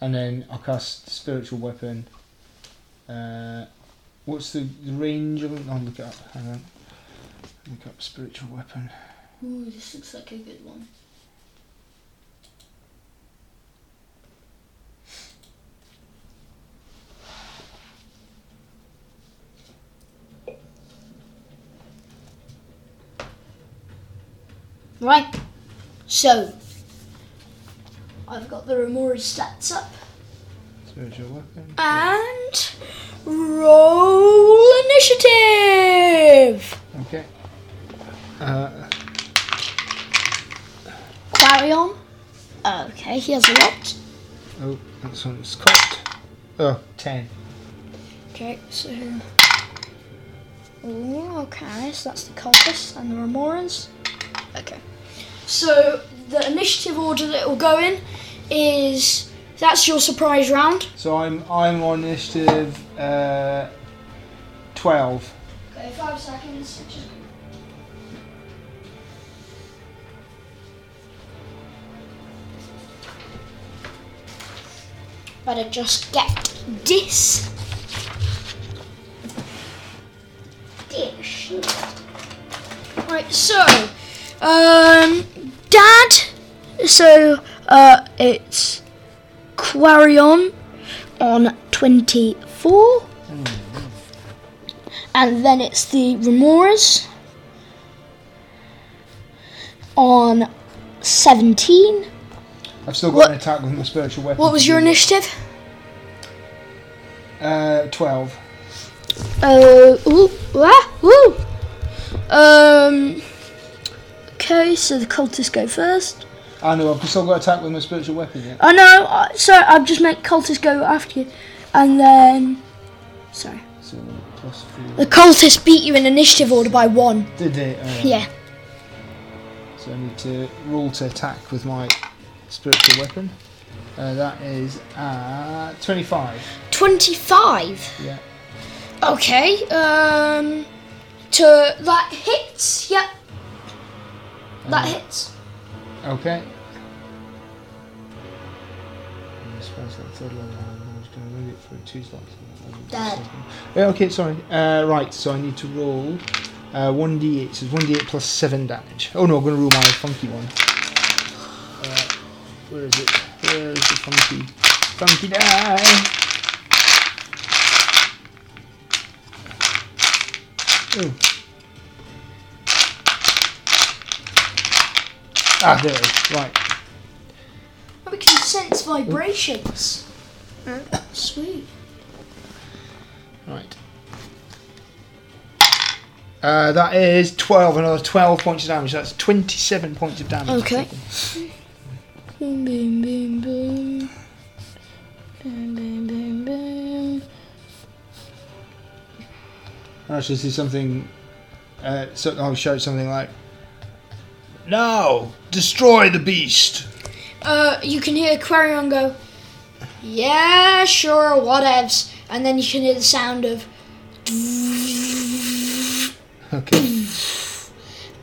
Speaker 2: And then I'll cast spiritual weapon. Uh, what's the the range of it? I'll look it up. Hang on. Look up spiritual weapon.
Speaker 1: Ooh, this looks like a good one. Right, so I've got the Remora stats up.
Speaker 2: Spiritual weapon.
Speaker 1: And roll initiative.
Speaker 2: Okay. Uh,
Speaker 1: Clarion. Okay, he has a lot.
Speaker 2: oh, that's on Scott. Oh, 10.
Speaker 1: Okay, so. Ooh, okay, so that's the cultists and the Remorans. Okay. So the initiative order that it will go in is that's your surprise round.
Speaker 2: So I'm I'm on initiative uh, 12.
Speaker 1: Okay, five seconds. Just... Better just get this. Dish. Right, so, um, Dad. So, uh, it's Quarion on 24. And then it's the Remoras on 17.
Speaker 2: I've still got
Speaker 1: What-
Speaker 2: an attack with my spiritual weapon.
Speaker 1: What was your initiative?
Speaker 2: Uh, 12.
Speaker 1: Uh, ooh, ah, ooh. Um, okay, so the cultists go first.
Speaker 2: I know, I've still got attack with my spiritual weapon yet.
Speaker 1: Oh no, I- sorry, I've just meant cultists go after you. And then, sorry.
Speaker 2: So, plus 4.
Speaker 1: The cultists beat you in initiative order by one.
Speaker 2: Did it? Alright.
Speaker 1: Yeah.
Speaker 2: So I need to roll to attack with my spiritual weapon. Uh, that is uh, 25.
Speaker 1: 25.
Speaker 2: Yeah.
Speaker 1: Okay, um, to, that hits, yep. That hits.
Speaker 2: Okay. I suppose that third level hand, I'm just going to move it for two slots.
Speaker 1: Dad.
Speaker 2: Yeah, okay, sorry. Uh, right, so I need to roll uh, 1d8. So it's 1d8 plus 7 damage. Oh no, I'm going to roll my funky one. Where is it? Where's the funky, funky die? Oh. Ah, there it is. Right.
Speaker 1: We can sense vibrations. Sweet.
Speaker 2: Right. Uh, that is 12, another 12 points of damage. That's 27 points of damage.
Speaker 1: Okay. Boom, boom, boom, boom. Boom, boom, boom, boom.
Speaker 2: I actually see something. Uh, so, I'll shout something like, Now, destroy the beast!
Speaker 1: Uh, you can hear Quarion go, yeah, sure, whatevs. And then you can hear the sound of,
Speaker 2: Okay.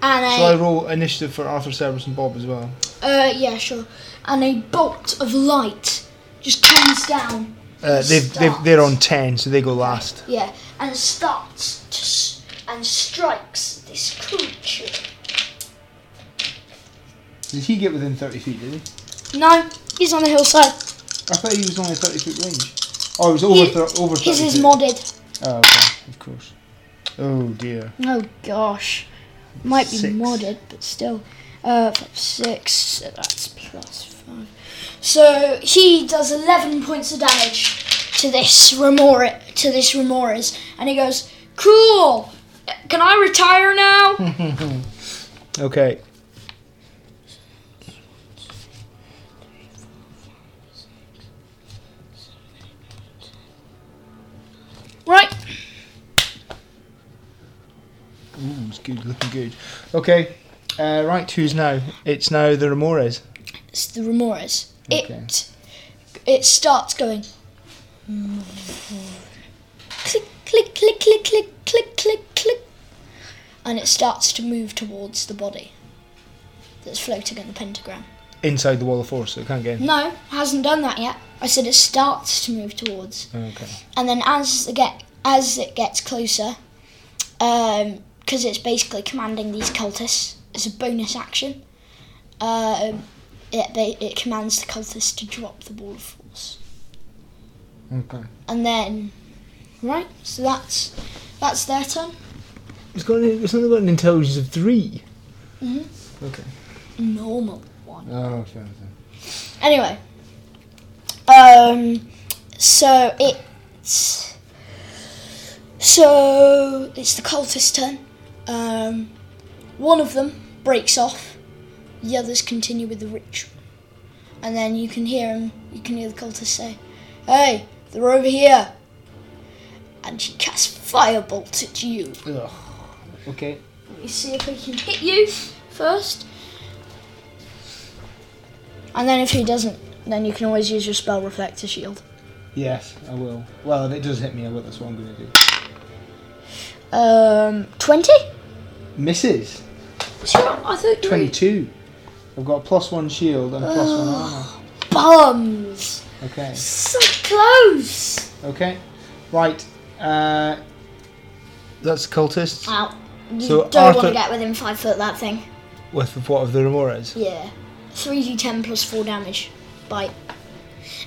Speaker 1: and a,
Speaker 2: Shall I roll initiative for Arthur, Cerberus, and Bob as well?
Speaker 1: uh, yeah, sure. And a bolt of light just comes down,
Speaker 2: Uh, they've, they've, they're on 10, so they go last.
Speaker 1: yeah, and starts to, s- and strikes this creature.
Speaker 2: Did he get within 30 feet, did he?
Speaker 1: No, he's on the hillside.
Speaker 2: I thought he was only 30 foot range. Oh, it was over,
Speaker 1: He-
Speaker 2: thir- over 30
Speaker 1: His is
Speaker 2: feet.
Speaker 1: modded.
Speaker 2: Oh, okay, of course. Oh dear.
Speaker 1: Oh gosh. Might be
Speaker 2: Six.
Speaker 1: modded, but still. Uh, five, six, so that's plus five. So he does 11 points of damage to this Remora, to this Remora's, and he goes, Cool! Can I retire now?
Speaker 2: Okay.
Speaker 1: right,
Speaker 2: Ooh, it's good, looking good. Okay. Uh, right, who's now? It's now the Remores.
Speaker 1: it's the Remora's.
Speaker 2: Okay.
Speaker 1: It, it starts going. Click, click, click, click, click, click, click, click. And it starts to move towards the body that's floating in the pentagram.
Speaker 2: Inside the wall of force, so it can't get in.
Speaker 1: No, hasn't done that yet. I said it starts to move towards,
Speaker 2: Okay.
Speaker 1: and then as it get as it gets closer, because it's basically commanding these cultists. It's a bonus action. Um, it ba- it commands the cultists to drop the ball of force,
Speaker 2: Okay.
Speaker 1: and then right. So that's that's their turn.
Speaker 2: It's got, an, it's only got an intelligence of 3.
Speaker 1: Mhm.
Speaker 2: Okay.
Speaker 1: Normal one.
Speaker 2: Oh, fair enough.
Speaker 1: Anyway, um, so it's so it's the cultist turn. Um, one of them breaks off, the others continue with the ritual, and then you can hear him. You can hear the cultist say, "Hey, they're over here," and she casts firebolt at you.
Speaker 2: Ugh. Okay.
Speaker 1: Let me see if he can hit you first. And then if he doesn't, then you can always use your spell reflector shield.
Speaker 2: Yes, I will. Well, if it does hit me, I will. That's what I'm going to do.
Speaker 1: Um, 20?
Speaker 2: Misses.
Speaker 1: I thought
Speaker 2: 22. I've got a plus 1 shield and a plus 1 armor.
Speaker 1: Bums!
Speaker 2: Okay.
Speaker 1: So close!
Speaker 2: Okay. Right. Uh, that's cultists
Speaker 1: Ow. You
Speaker 2: So
Speaker 1: don't want
Speaker 2: Arthur-
Speaker 1: to get within five foot of that thing.
Speaker 2: with the what of the Remoras.
Speaker 1: Yeah. 3d10 plus 4 damage. Bite.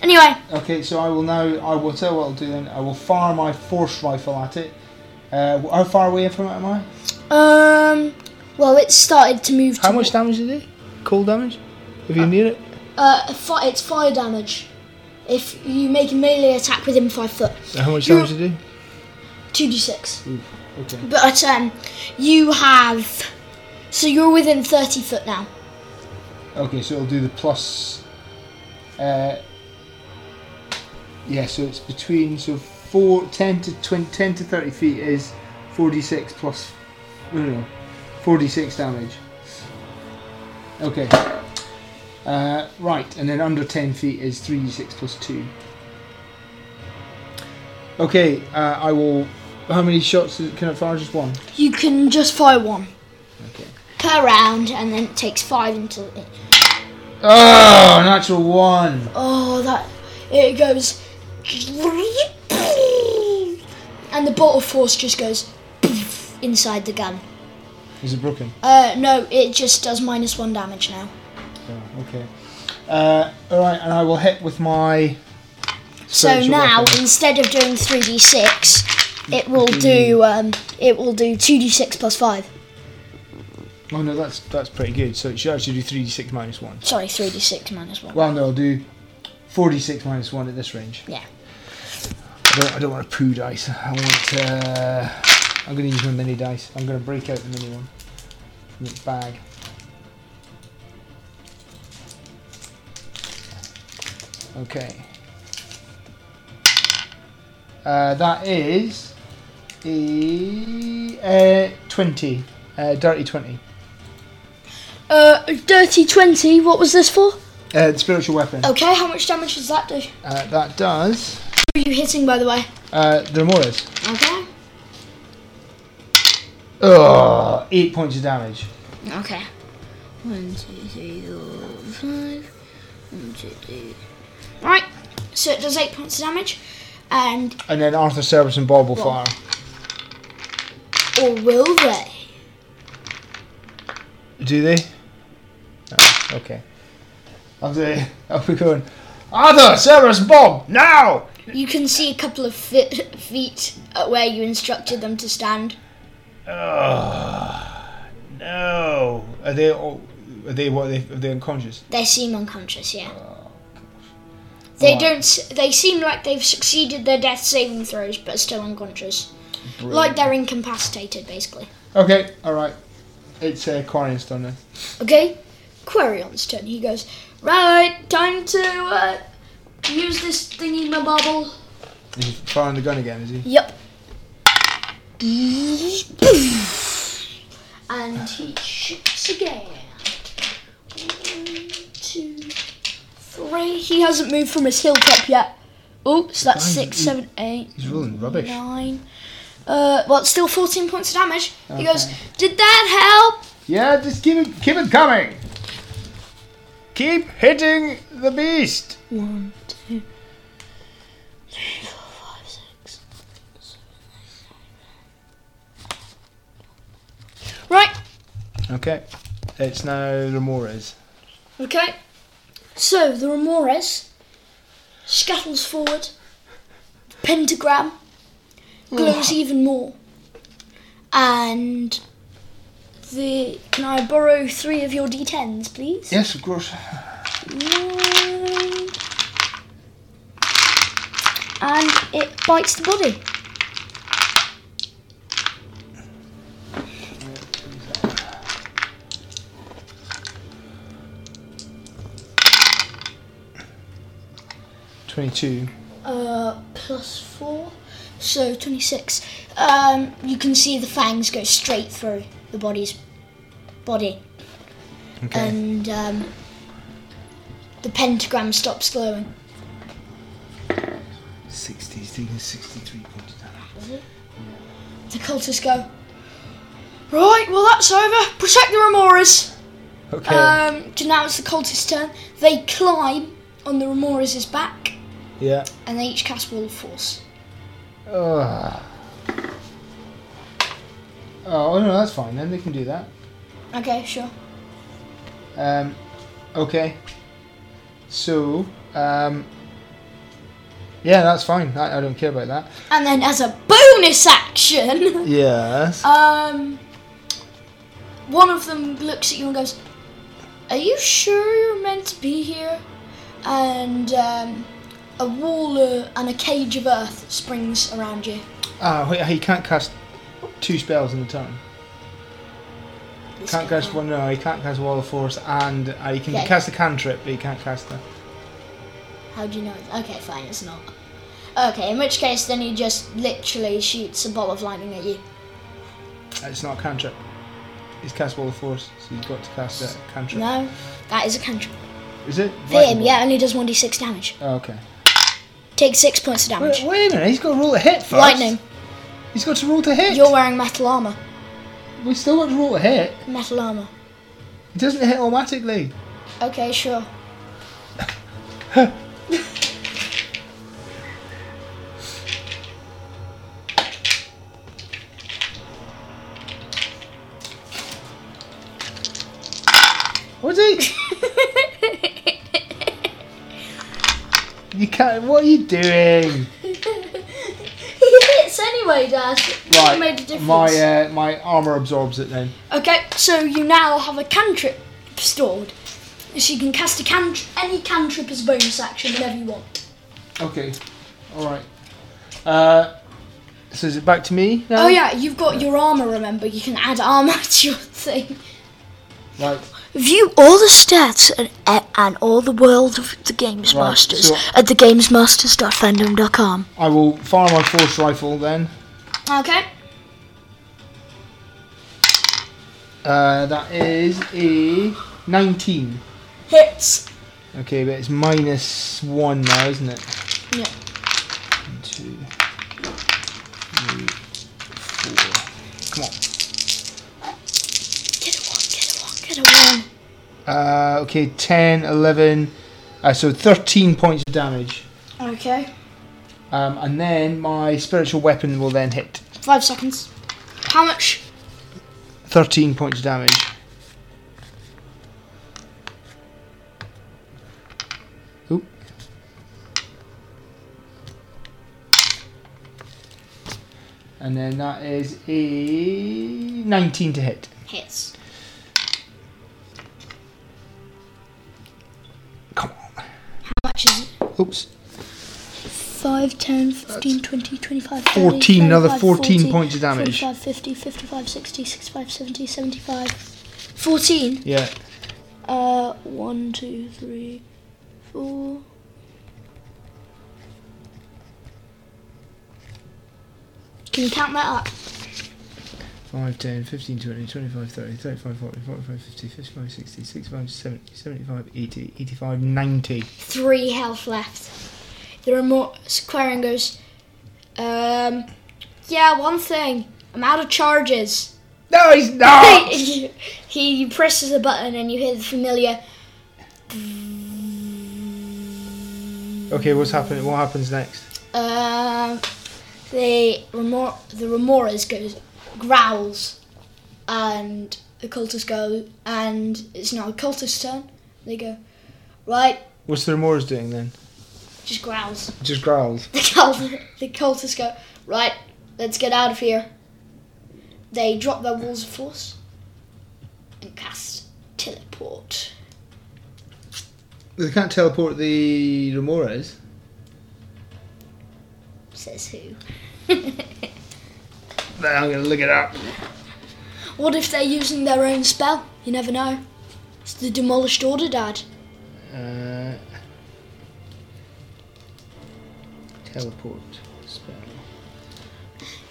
Speaker 1: Anyway,
Speaker 2: Okay, so I will now. I will tell you what I'll do then. I will fire my force rifle at it. Uh, how far away from it am I?
Speaker 1: um, well, it started to move
Speaker 2: How
Speaker 1: to-
Speaker 2: much damage did it? Cold damage? If you near it?
Speaker 1: Uh, fi- it's fire damage. If you make a melee attack within five foot,
Speaker 2: How much
Speaker 1: damage
Speaker 2: did it
Speaker 1: two d six.
Speaker 2: do? Okay.
Speaker 1: But um, you have, so you're within thirty foot now.
Speaker 2: Okay, so it'll do the plus. Uh, yeah, so it's between. So four, 10, to 20, 10 to 30 feet is 46 plus. No, no, no, 46 damage. Okay. Uh, right, and then under 10 feet is 3d6 plus 2. Okay, uh, I will. How many shots is- can I fire? Just one?
Speaker 1: You can just fire one
Speaker 2: Okay.
Speaker 1: per round, and then it takes five until. It,
Speaker 2: Oh, natural one!
Speaker 1: oh, that it goes, and the bolt of force just goes inside the gun.
Speaker 2: Is it broken?
Speaker 1: Uh, no, it just does minus one damage now.
Speaker 2: Yeah, okay. Uh, all right, and I will hit with my.
Speaker 1: So
Speaker 2: spiritual
Speaker 1: now,
Speaker 2: weapon. Mm-hmm.
Speaker 1: instead of doing three d six, it will do um, it will do two d six plus five.
Speaker 2: Oh no, that's that's pretty good. So it should actually do three d six minus one.
Speaker 1: Sorry, three d six minus one.
Speaker 2: Well, no, I'll do four d six minus one at this range.
Speaker 1: Yeah.
Speaker 2: I don't, I don't want a poo dice. I want. Uh, I'm going to use my mini dice. I'm going to break out the mini one from its bag. Okay. Uh, that is a uh, twenty, uh, dirty twenty.
Speaker 1: Uh, dirty twenty. What was this for?
Speaker 2: Uh, the spiritual weapon.
Speaker 1: Okay, how much damage does that do? Who
Speaker 2: Uh, that does.
Speaker 1: are you hitting, by the way?
Speaker 2: Uh, the Remoras.
Speaker 1: Okay.
Speaker 2: Ugh, eight points of damage.
Speaker 1: Okay. One, two, three, four, five. One, two, three. Right. So it does eight points of damage, and
Speaker 2: And then Arthur Cerberus and Bob will fire.
Speaker 1: or will they?
Speaker 2: Do they? Oh, okay. I'll do. I'll be going. Arthur, Cerberus, Bob, now!
Speaker 1: You can see a couple of fi- feet uh, where you instructed them to stand.
Speaker 2: Ugh, Ah, no. Are they? all- Are they? What? Are they, are they unconscious?
Speaker 1: They seem unconscious. Yeah. They
Speaker 2: Right.
Speaker 1: don't. s- They seem like they've succeeded their death saving throws, but are still unconscious. Like they're incapacitated, basically.
Speaker 2: Okay. All right. It's uh, Quarian's turn now.
Speaker 1: Okay, Querion's turn. He goes, right, time to uh, use this thingy my bubble.
Speaker 2: He's firing the gun again, is he?
Speaker 1: Yep. And he shoots again. One, two, three. He hasn't moved from his hilltop yet. Oops, that's
Speaker 2: Fine,
Speaker 1: six,
Speaker 2: he-
Speaker 1: seven, eight,
Speaker 2: He's rolling rubbish.
Speaker 1: nine. Uh, well, it's still 14 points of damage. He goes,
Speaker 2: Okay.
Speaker 1: Did that help?
Speaker 2: Yeah, just keep it, keep it coming. Keep hitting the beast.
Speaker 1: One, two, three, four, five, six, seven, eight, nine, ten. Right.
Speaker 2: Okay. It's now Remora's.
Speaker 1: Okay. So the Remores scuttles forward. Pentagram glows even more. And the can I borrow three of your d10s, please?
Speaker 2: Yes, of course.
Speaker 1: Nine. And it bites the body.
Speaker 2: Twenty-two.
Speaker 1: Uh, plus four, so 26. Um, you can see the fangs go straight through the body's body,
Speaker 2: Okay.
Speaker 1: and um, the pentagram stops glowing.
Speaker 2: 60, he's taking 63 points of damage.
Speaker 1: The cultists go, Right, well, that's over. Protect the Remoras.
Speaker 2: Okay.
Speaker 1: Um, so now it's the cultist's turn. They climb on the Remoras' back,
Speaker 2: yeah.
Speaker 1: and they each cast Wall of Force.
Speaker 2: Ugh. Ah. Oh, no, that's fine then. They can do that.
Speaker 1: Okay, sure.
Speaker 2: Um, okay. So, um, yeah, that's fine. I, I don't care about that.
Speaker 1: And then, as a bonus action.
Speaker 2: Yes.
Speaker 1: Um, one of them looks at you and goes, "Are you sure you're meant to be here?" And um, a wall uh, and a cage of earth springs around you.
Speaker 2: Ah, wait, he can't cast two spells in a turn.
Speaker 1: This
Speaker 2: Can't
Speaker 1: guy.
Speaker 2: cast one. No, he can't cast Wall of Force, and uh, he can
Speaker 1: Yeah.
Speaker 2: cast a cantrip, but he can't cast a.
Speaker 1: How do you know? It's- Okay, fine, it's not. Okay, in which case, then he just literally shoots a ball of lightning at you.
Speaker 2: It's not a cantrip. He's cast Wall of Force, so you've got to cast a cantrip.
Speaker 1: No, that is a cantrip.
Speaker 2: Is it?
Speaker 1: For him, yeah, only does one d six damage.
Speaker 2: Oh, okay.
Speaker 1: Take six points of damage.
Speaker 2: Wait, wait a minute, he's got to roll to hit first.
Speaker 1: lightning.
Speaker 2: He's got to roll to hit.
Speaker 1: You're wearing metal armor.
Speaker 2: We've still got to roll to hit.
Speaker 1: Metal armor.
Speaker 2: He doesn't hit automatically.
Speaker 1: Okay, sure.
Speaker 2: What's he? You can't. What are you doing?
Speaker 1: he hits anyway, Dad. It made a
Speaker 2: Right.
Speaker 1: difference.
Speaker 2: My uh, my armor absorbs it then.
Speaker 1: Okay, so you now have a cantrip stored. So you can cast a cantri- any cantrip as a bonus action whenever you want.
Speaker 2: Okay. All right. Uh, so is it back to me
Speaker 4: Um,
Speaker 2: now?
Speaker 1: Oh yeah, you've got your armor. Remember, you can add armor to your thing.
Speaker 2: Right.
Speaker 4: View all the stats and, eh, and all the world of the Games
Speaker 2: Right,
Speaker 4: Masters
Speaker 2: so-
Speaker 4: at thegamesmasters.fandom.com.
Speaker 2: I will fire my force rifle then.
Speaker 1: Okay.
Speaker 2: Uh, that is a 19.
Speaker 1: Hits.
Speaker 2: Okay, but it's minus one now, isn't it?
Speaker 1: Yeah.
Speaker 2: One, two, three, four. Come on.
Speaker 1: Get a one. Get a one. Get a one.
Speaker 2: Uh, okay, 10, 11, uh, so 13 points of damage.
Speaker 1: Okay.
Speaker 2: Um, and then my spiritual weapon will then hit
Speaker 1: Five seconds. How much?
Speaker 2: 13 points of damage. Oop. And then that is a 19 to hit.
Speaker 1: Hits.
Speaker 2: Come on.
Speaker 1: How much is it?
Speaker 2: Oops.
Speaker 4: 5, 10, 15, 20, 25, 30,
Speaker 2: 14, another 14
Speaker 4: 40,
Speaker 2: points of damage.
Speaker 4: 45, 50, 55, 60, 65, 70, 75.
Speaker 1: 14.
Speaker 2: Yeah.
Speaker 4: Uh, 1, 2, 3, 4.
Speaker 1: Can you count that up?
Speaker 2: 5, 10, 15, 20, 25, 30, 35, 40, 45, 50, 55, 60, 65, 70, 75, 80, 85, 90.
Speaker 1: Three health left. The remote Squaring goes, um, yeah, one thing. I'm out of charges.
Speaker 2: No, he's not!
Speaker 1: he presses a button and you hear the familiar.
Speaker 2: okay, what's happening? What happens next?
Speaker 1: Um, the remor- the remoras goes growls, and the cultists go, and it's now the cultist's turn. They go, right,
Speaker 2: What's the remorse doing then?
Speaker 1: just growls.
Speaker 2: Just growls.
Speaker 1: The cult the cultists go, right, let's get out of here. They drop their walls of force and cast teleport.
Speaker 2: They can't teleport the Remoras.
Speaker 1: Says who?
Speaker 2: Then I'm gonna look it up.
Speaker 1: What if they're using their own spell? You never know. It's the demolished order, Dad.
Speaker 2: Uh, teleport spell.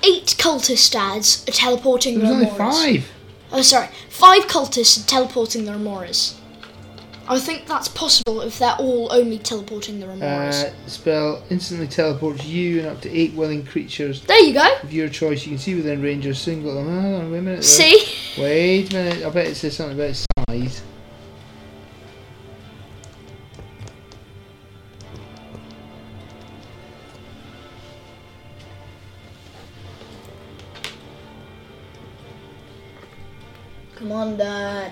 Speaker 1: Eight cultist dads are teleporting
Speaker 2: There's
Speaker 1: the
Speaker 2: only
Speaker 1: remoras.
Speaker 2: five.
Speaker 1: Oh, sorry. Five cultists are teleporting the remoras. I think that's possible if they're all only teleporting the remoras.
Speaker 2: Uh, spell instantly teleports you and up to eight willing creatures
Speaker 1: there you go.
Speaker 2: of your choice. You can see within range of single. Oh, hold on, wait a minute. though.
Speaker 1: See?
Speaker 2: Wait a minute. I bet it says something about size.
Speaker 1: Come on, Dad.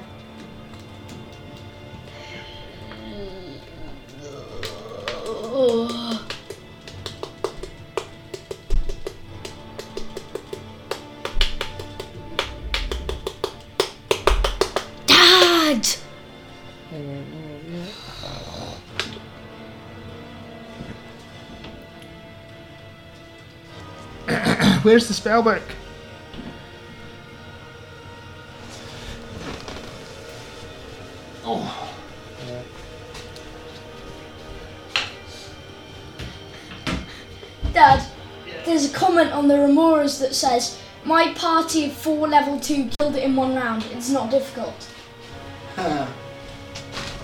Speaker 1: Dad!
Speaker 2: Hang on, hang on, yeah. Where's the spell book?
Speaker 1: Dad, there's a comment on the Remoras that says, My party of four level two killed it in one round. It's not difficult.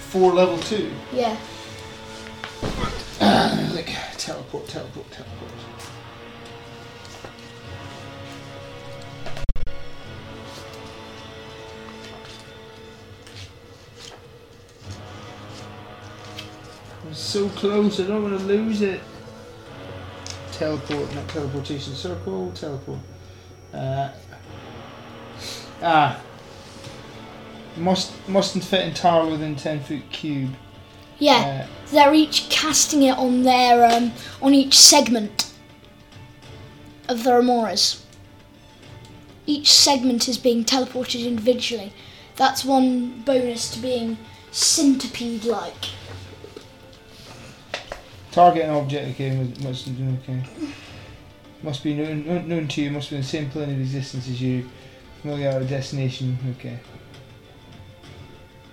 Speaker 2: Four level two.
Speaker 1: Yeah.
Speaker 2: Like, teleport, teleport, teleport. I'm so close, I don't want to lose it. Teleport, not teleportation circle, teleport. Uh, ah. Must, mustn't fit entirely within 10 foot cube.
Speaker 1: Yeah, they're each casting it on their um, on each segment of the Remoras. Each segment is being teleported individually. That's one bonus to being centipede-like.
Speaker 2: Target an object, okay, must, must, okay. must be known, known known to you, must be on the same plane of existence as you, familiar with destination, okay.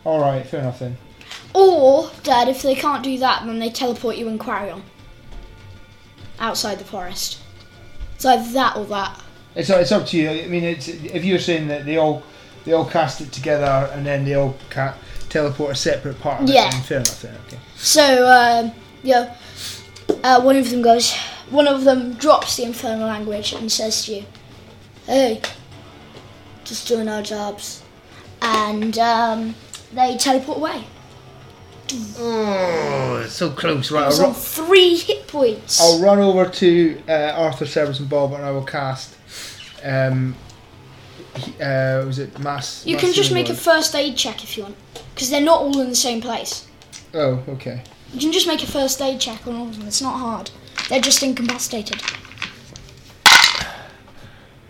Speaker 2: Alright, fair enough then.
Speaker 1: Or, Dad, if they can't do that, then they teleport you in Quarion. Outside the forest. It's either that or that.
Speaker 2: It's, it's up to you, I mean, it's, if you're saying that they all they all cast it together and then they all ca- teleport a separate part of
Speaker 1: Yeah.
Speaker 2: it, then fair enough then, okay.
Speaker 1: So, um, yeah, uh, one of them goes, one of them drops the infernal language and says to you, hey, just doing our jobs. And um, they teleport away.
Speaker 2: Oh, it's so close, right?
Speaker 1: It was
Speaker 2: I'll,
Speaker 1: on
Speaker 2: ru-
Speaker 1: three hit points.
Speaker 2: I'll run over to uh, Arthur Severs and Bob and I will cast. Um, he- uh, was it mass?
Speaker 1: you
Speaker 2: mass
Speaker 1: can just
Speaker 2: healing
Speaker 1: make a
Speaker 2: word?
Speaker 1: first aid check if you want, because they're not all in the same place.
Speaker 2: oh, okay.
Speaker 1: You can just make a first aid check on all of them. It's not hard. They're just incapacitated.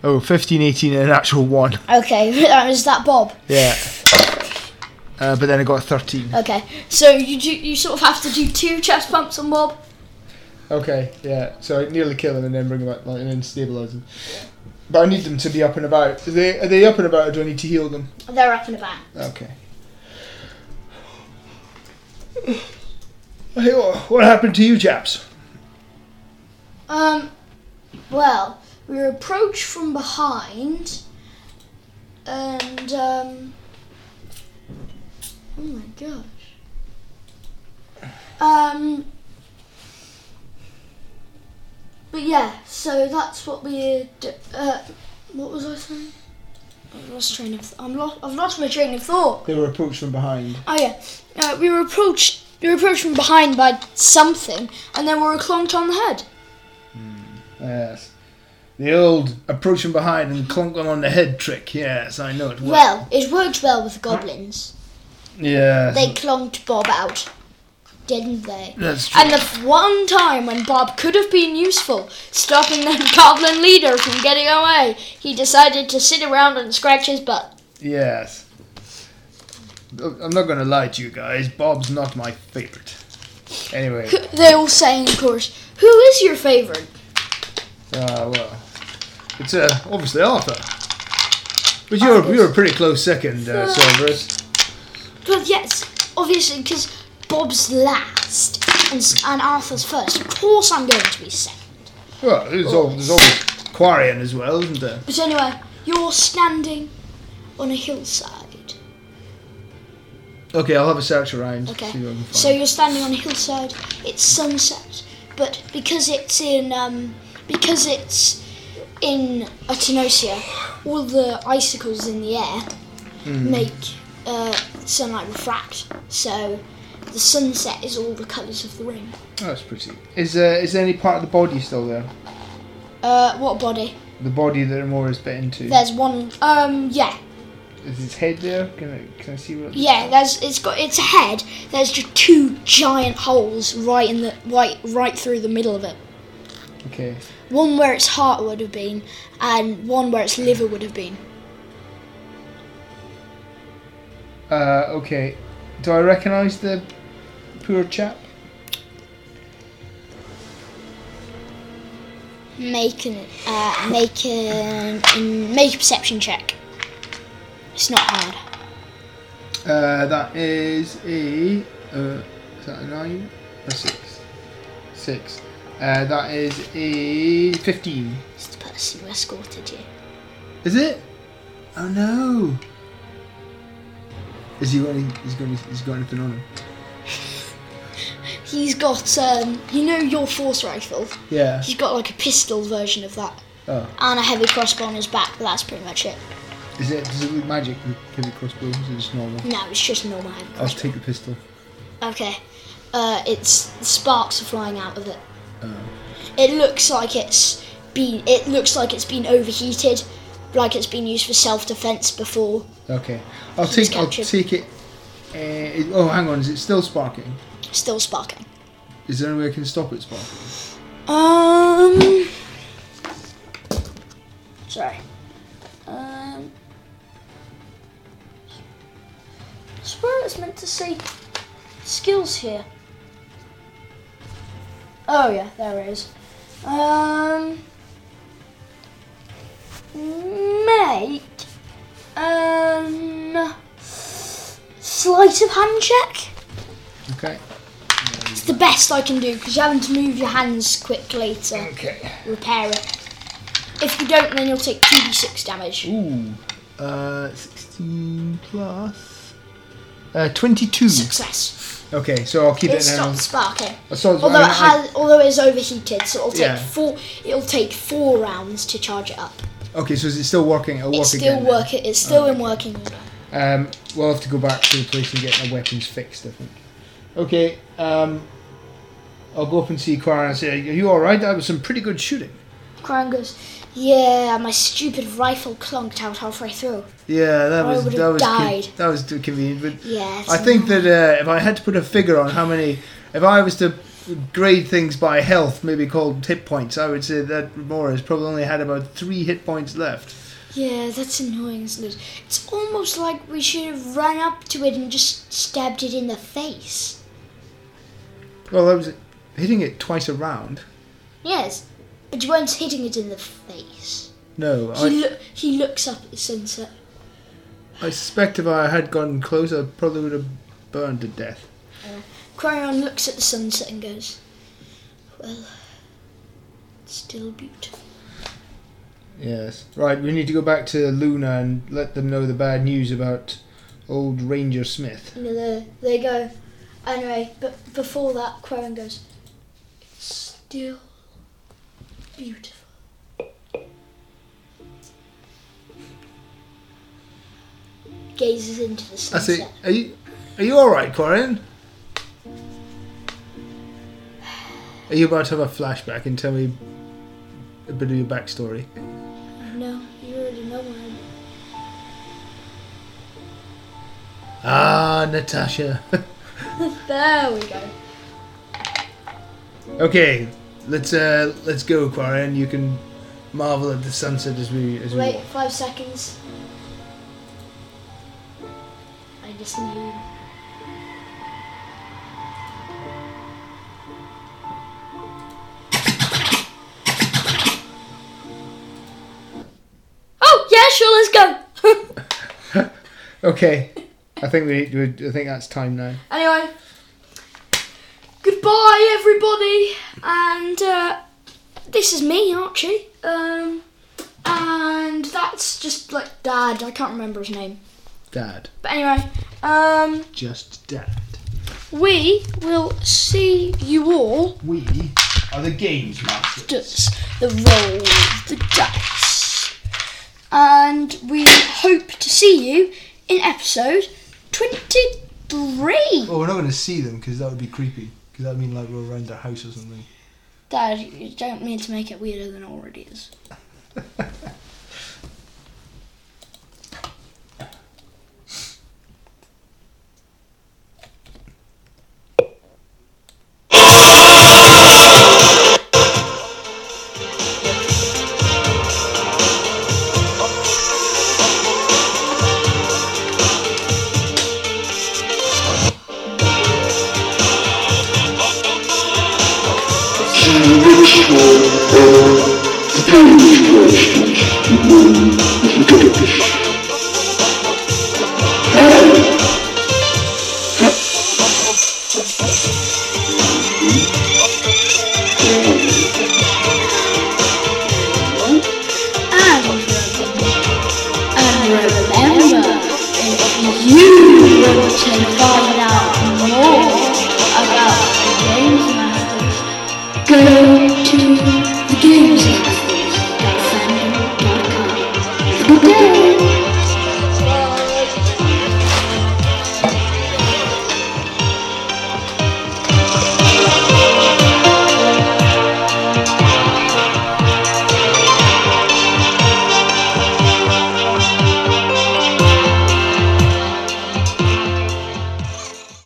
Speaker 2: Oh, 15, 18, and an actual one.
Speaker 1: Okay, is that Bob?
Speaker 2: Yeah. Uh, but then I got 13.
Speaker 1: Okay, so you do, you sort of have to do two chest pumps on Bob.
Speaker 2: Okay, yeah. So I nearly kill him and then bring him back, like, and then stabilise him. But I need them to be up and about. Are they, are they up and about or do I need to heal them?
Speaker 1: They're up and about.
Speaker 2: Okay. Hey, wha- what happened to you, chaps?
Speaker 1: Um, well, we were approached from behind, and um, oh my gosh, um, but yeah, so that's what we. d- Uh, what was I saying? I've lost train of. Th- I'm lost. I've lost my train of thought.
Speaker 2: They were approached from behind.
Speaker 1: Oh yeah, uh, we were approached. We were approached from behind by something, and then we were clonked on the head.
Speaker 2: Yes. The old approach from behind and clunk them on the head trick. Yes, I know it. worked.
Speaker 1: Well, it worked well with goblins.
Speaker 2: yes.
Speaker 1: They clonked Bob out, didn't they?
Speaker 2: that's true.
Speaker 1: And the f- one time when Bob could have been useful, stopping the goblin leader from getting away, he decided to sit around and scratch his butt.
Speaker 2: Yes. I'm not going to lie to you guys. Bob's not my favorite. Anyway,
Speaker 1: They all say in chorus, "Who is your favourite?"
Speaker 2: uh, well, it's uh, obviously Arthur. But you're you're a pretty close second, uh, Cerberus.
Speaker 1: But yes, obviously, because Bob's last and, s- and Arthur's first. Of course, I'm going to be second.
Speaker 2: Well, there's, al- there's
Speaker 1: oh.
Speaker 2: always Quarian as well, isn't there?
Speaker 1: But anyway, you're standing on a hillside.
Speaker 2: Okay, I'll have a search around.
Speaker 1: Okay.
Speaker 2: see what I can find.
Speaker 1: So you're standing on a hillside. It's sunset, but because it's in um, because it's in Atenosia, all the icicles in the air make uh, sunlight refract. So the sunset is all the colours of the ring.
Speaker 2: Oh, that's pretty. Is uh, is there any part of the body still there?
Speaker 1: Uh, what body?
Speaker 2: The body that Amora is bit into.
Speaker 1: There's one. Um, yeah,
Speaker 2: Is his head there? Can I can I see what?
Speaker 1: yeah. There's it's got its head. There's just two giant holes right in the right right through the middle of it.
Speaker 2: Okay.
Speaker 1: One where its heart would have been, and one where its liver would have been.
Speaker 2: Uh, okay. Do I recognise the poor chap?
Speaker 1: Make an uh, make an make a perception check. It's not hard.
Speaker 2: Uh, that is a. Uh, is that a nine or six? Six. Uh, that is a fifteen.
Speaker 1: It's the person who escorted you.
Speaker 2: Is it? Oh no. Is he got any? He's got. Any, he's got anything on him?
Speaker 1: He's got um, you know your force rifle.
Speaker 2: Yeah.
Speaker 1: He's got like a pistol version of that,
Speaker 2: Oh.
Speaker 1: and a heavy crossbow on his back. But that's pretty much it.
Speaker 2: Is it? Does it look magic? Heavy crossbow? Is it just normal?
Speaker 1: No, it's just normal. heavy
Speaker 2: I'll just take the pistol.
Speaker 1: Okay. Uh, it's sparks are flying out of it.
Speaker 2: Oh.
Speaker 1: It looks like it's been. It looks like it's been overheated, like it's been used for self-defense before.
Speaker 2: Okay. I'll
Speaker 1: He's
Speaker 2: take. I'll
Speaker 1: captured.
Speaker 2: take it. Uh, it- oh, hang on. Is it still sparking?
Speaker 1: still sparking.
Speaker 2: Is there any way I can stop it sparking?
Speaker 1: Um. Sorry. Um. I swear it's meant to say skills here. Oh yeah, there it is. Um. Make an um, sleight of hand check.
Speaker 2: Okay.
Speaker 1: It's the best I can do because you're having to move your hands quick later.
Speaker 2: Okay.
Speaker 1: Repair it. If you don't, then you'll take 2d6 damage.
Speaker 2: Ooh. Uh, 16 plus. Uh, 22.
Speaker 1: Success.
Speaker 2: Okay, so I'll keep
Speaker 1: It
Speaker 2: it now.
Speaker 1: stopped sparking.
Speaker 2: I saw-
Speaker 1: Although
Speaker 2: I-
Speaker 1: it has, although it's overheated, so it'll take
Speaker 2: Yeah.
Speaker 1: four. It'll take four rounds to charge it up.
Speaker 2: Okay, so is it still working? It'll work
Speaker 1: It's still
Speaker 2: again. Oh.
Speaker 1: work. It's still in working order.
Speaker 2: Um, we'll have to go back to the place and get my weapons fixed, I think. Okay, um, I'll go up and see Clara and say, Are you alright? That was some pretty good shooting.
Speaker 1: Crown goes. Yeah, my stupid rifle clunked out halfway through.
Speaker 2: Yeah, that
Speaker 1: I
Speaker 2: was
Speaker 1: would've
Speaker 2: that was con-
Speaker 1: died.
Speaker 2: that was too convenient. But
Speaker 1: Yes.
Speaker 2: I think that uh, if I had to put a figure on how many, if I was to grade things by health, maybe called hit points, I would say that Mora's probably only had about three hit points left.
Speaker 1: Yeah, that's annoying, isn't it? It's almost like we should have run up to it and just stabbed it in the face.
Speaker 2: Well, I was hitting it twice around.
Speaker 1: Yes, but you weren't hitting it in the face.
Speaker 2: No,
Speaker 1: He,
Speaker 2: I,
Speaker 1: loo- he looks up at the sunset.
Speaker 2: I suspect if I had gotten closer, I probably would have burned to death.
Speaker 1: Cryon looks at the sunset and goes, Well, it's still beautiful.
Speaker 2: Yes. Right, we need to go back to Luna and let them know the bad news about old Ranger Smith.
Speaker 1: And they, they go, Anyway, but before that, Cryon goes, It's still beautiful. Gazes into the
Speaker 2: I
Speaker 1: sunset.
Speaker 2: say, are you, are you all right, Corin? Are you about to have a flashback and tell me a bit of your backstory?
Speaker 1: No, you already know what I
Speaker 2: Ah, Natasha.
Speaker 1: There we go.
Speaker 2: okay, let's uh, let's go, Corin. You can marvel at the sunset as we as we
Speaker 1: Wait,
Speaker 2: walk.
Speaker 1: five seconds. I just knew. Oh, yeah, sure, let's go!
Speaker 2: Okay, I think we need to, I think that's time now.
Speaker 1: anyway, goodbye, everybody, and uh, this is me, Archie. Um, and that's just like Dad, I can't remember his name.
Speaker 2: Dad,
Speaker 1: But anyway, um,
Speaker 2: just dad.
Speaker 1: we will see you all.
Speaker 2: We are the games masters.
Speaker 1: Just the roll of the dice. And we hope to see you in episode 23.
Speaker 2: Well, we're not going to see them because that would be creepy. Because that would mean like we're around their house or something.
Speaker 1: Dad, you don't mean to make it weirder than it already is.
Speaker 4: And remember, if you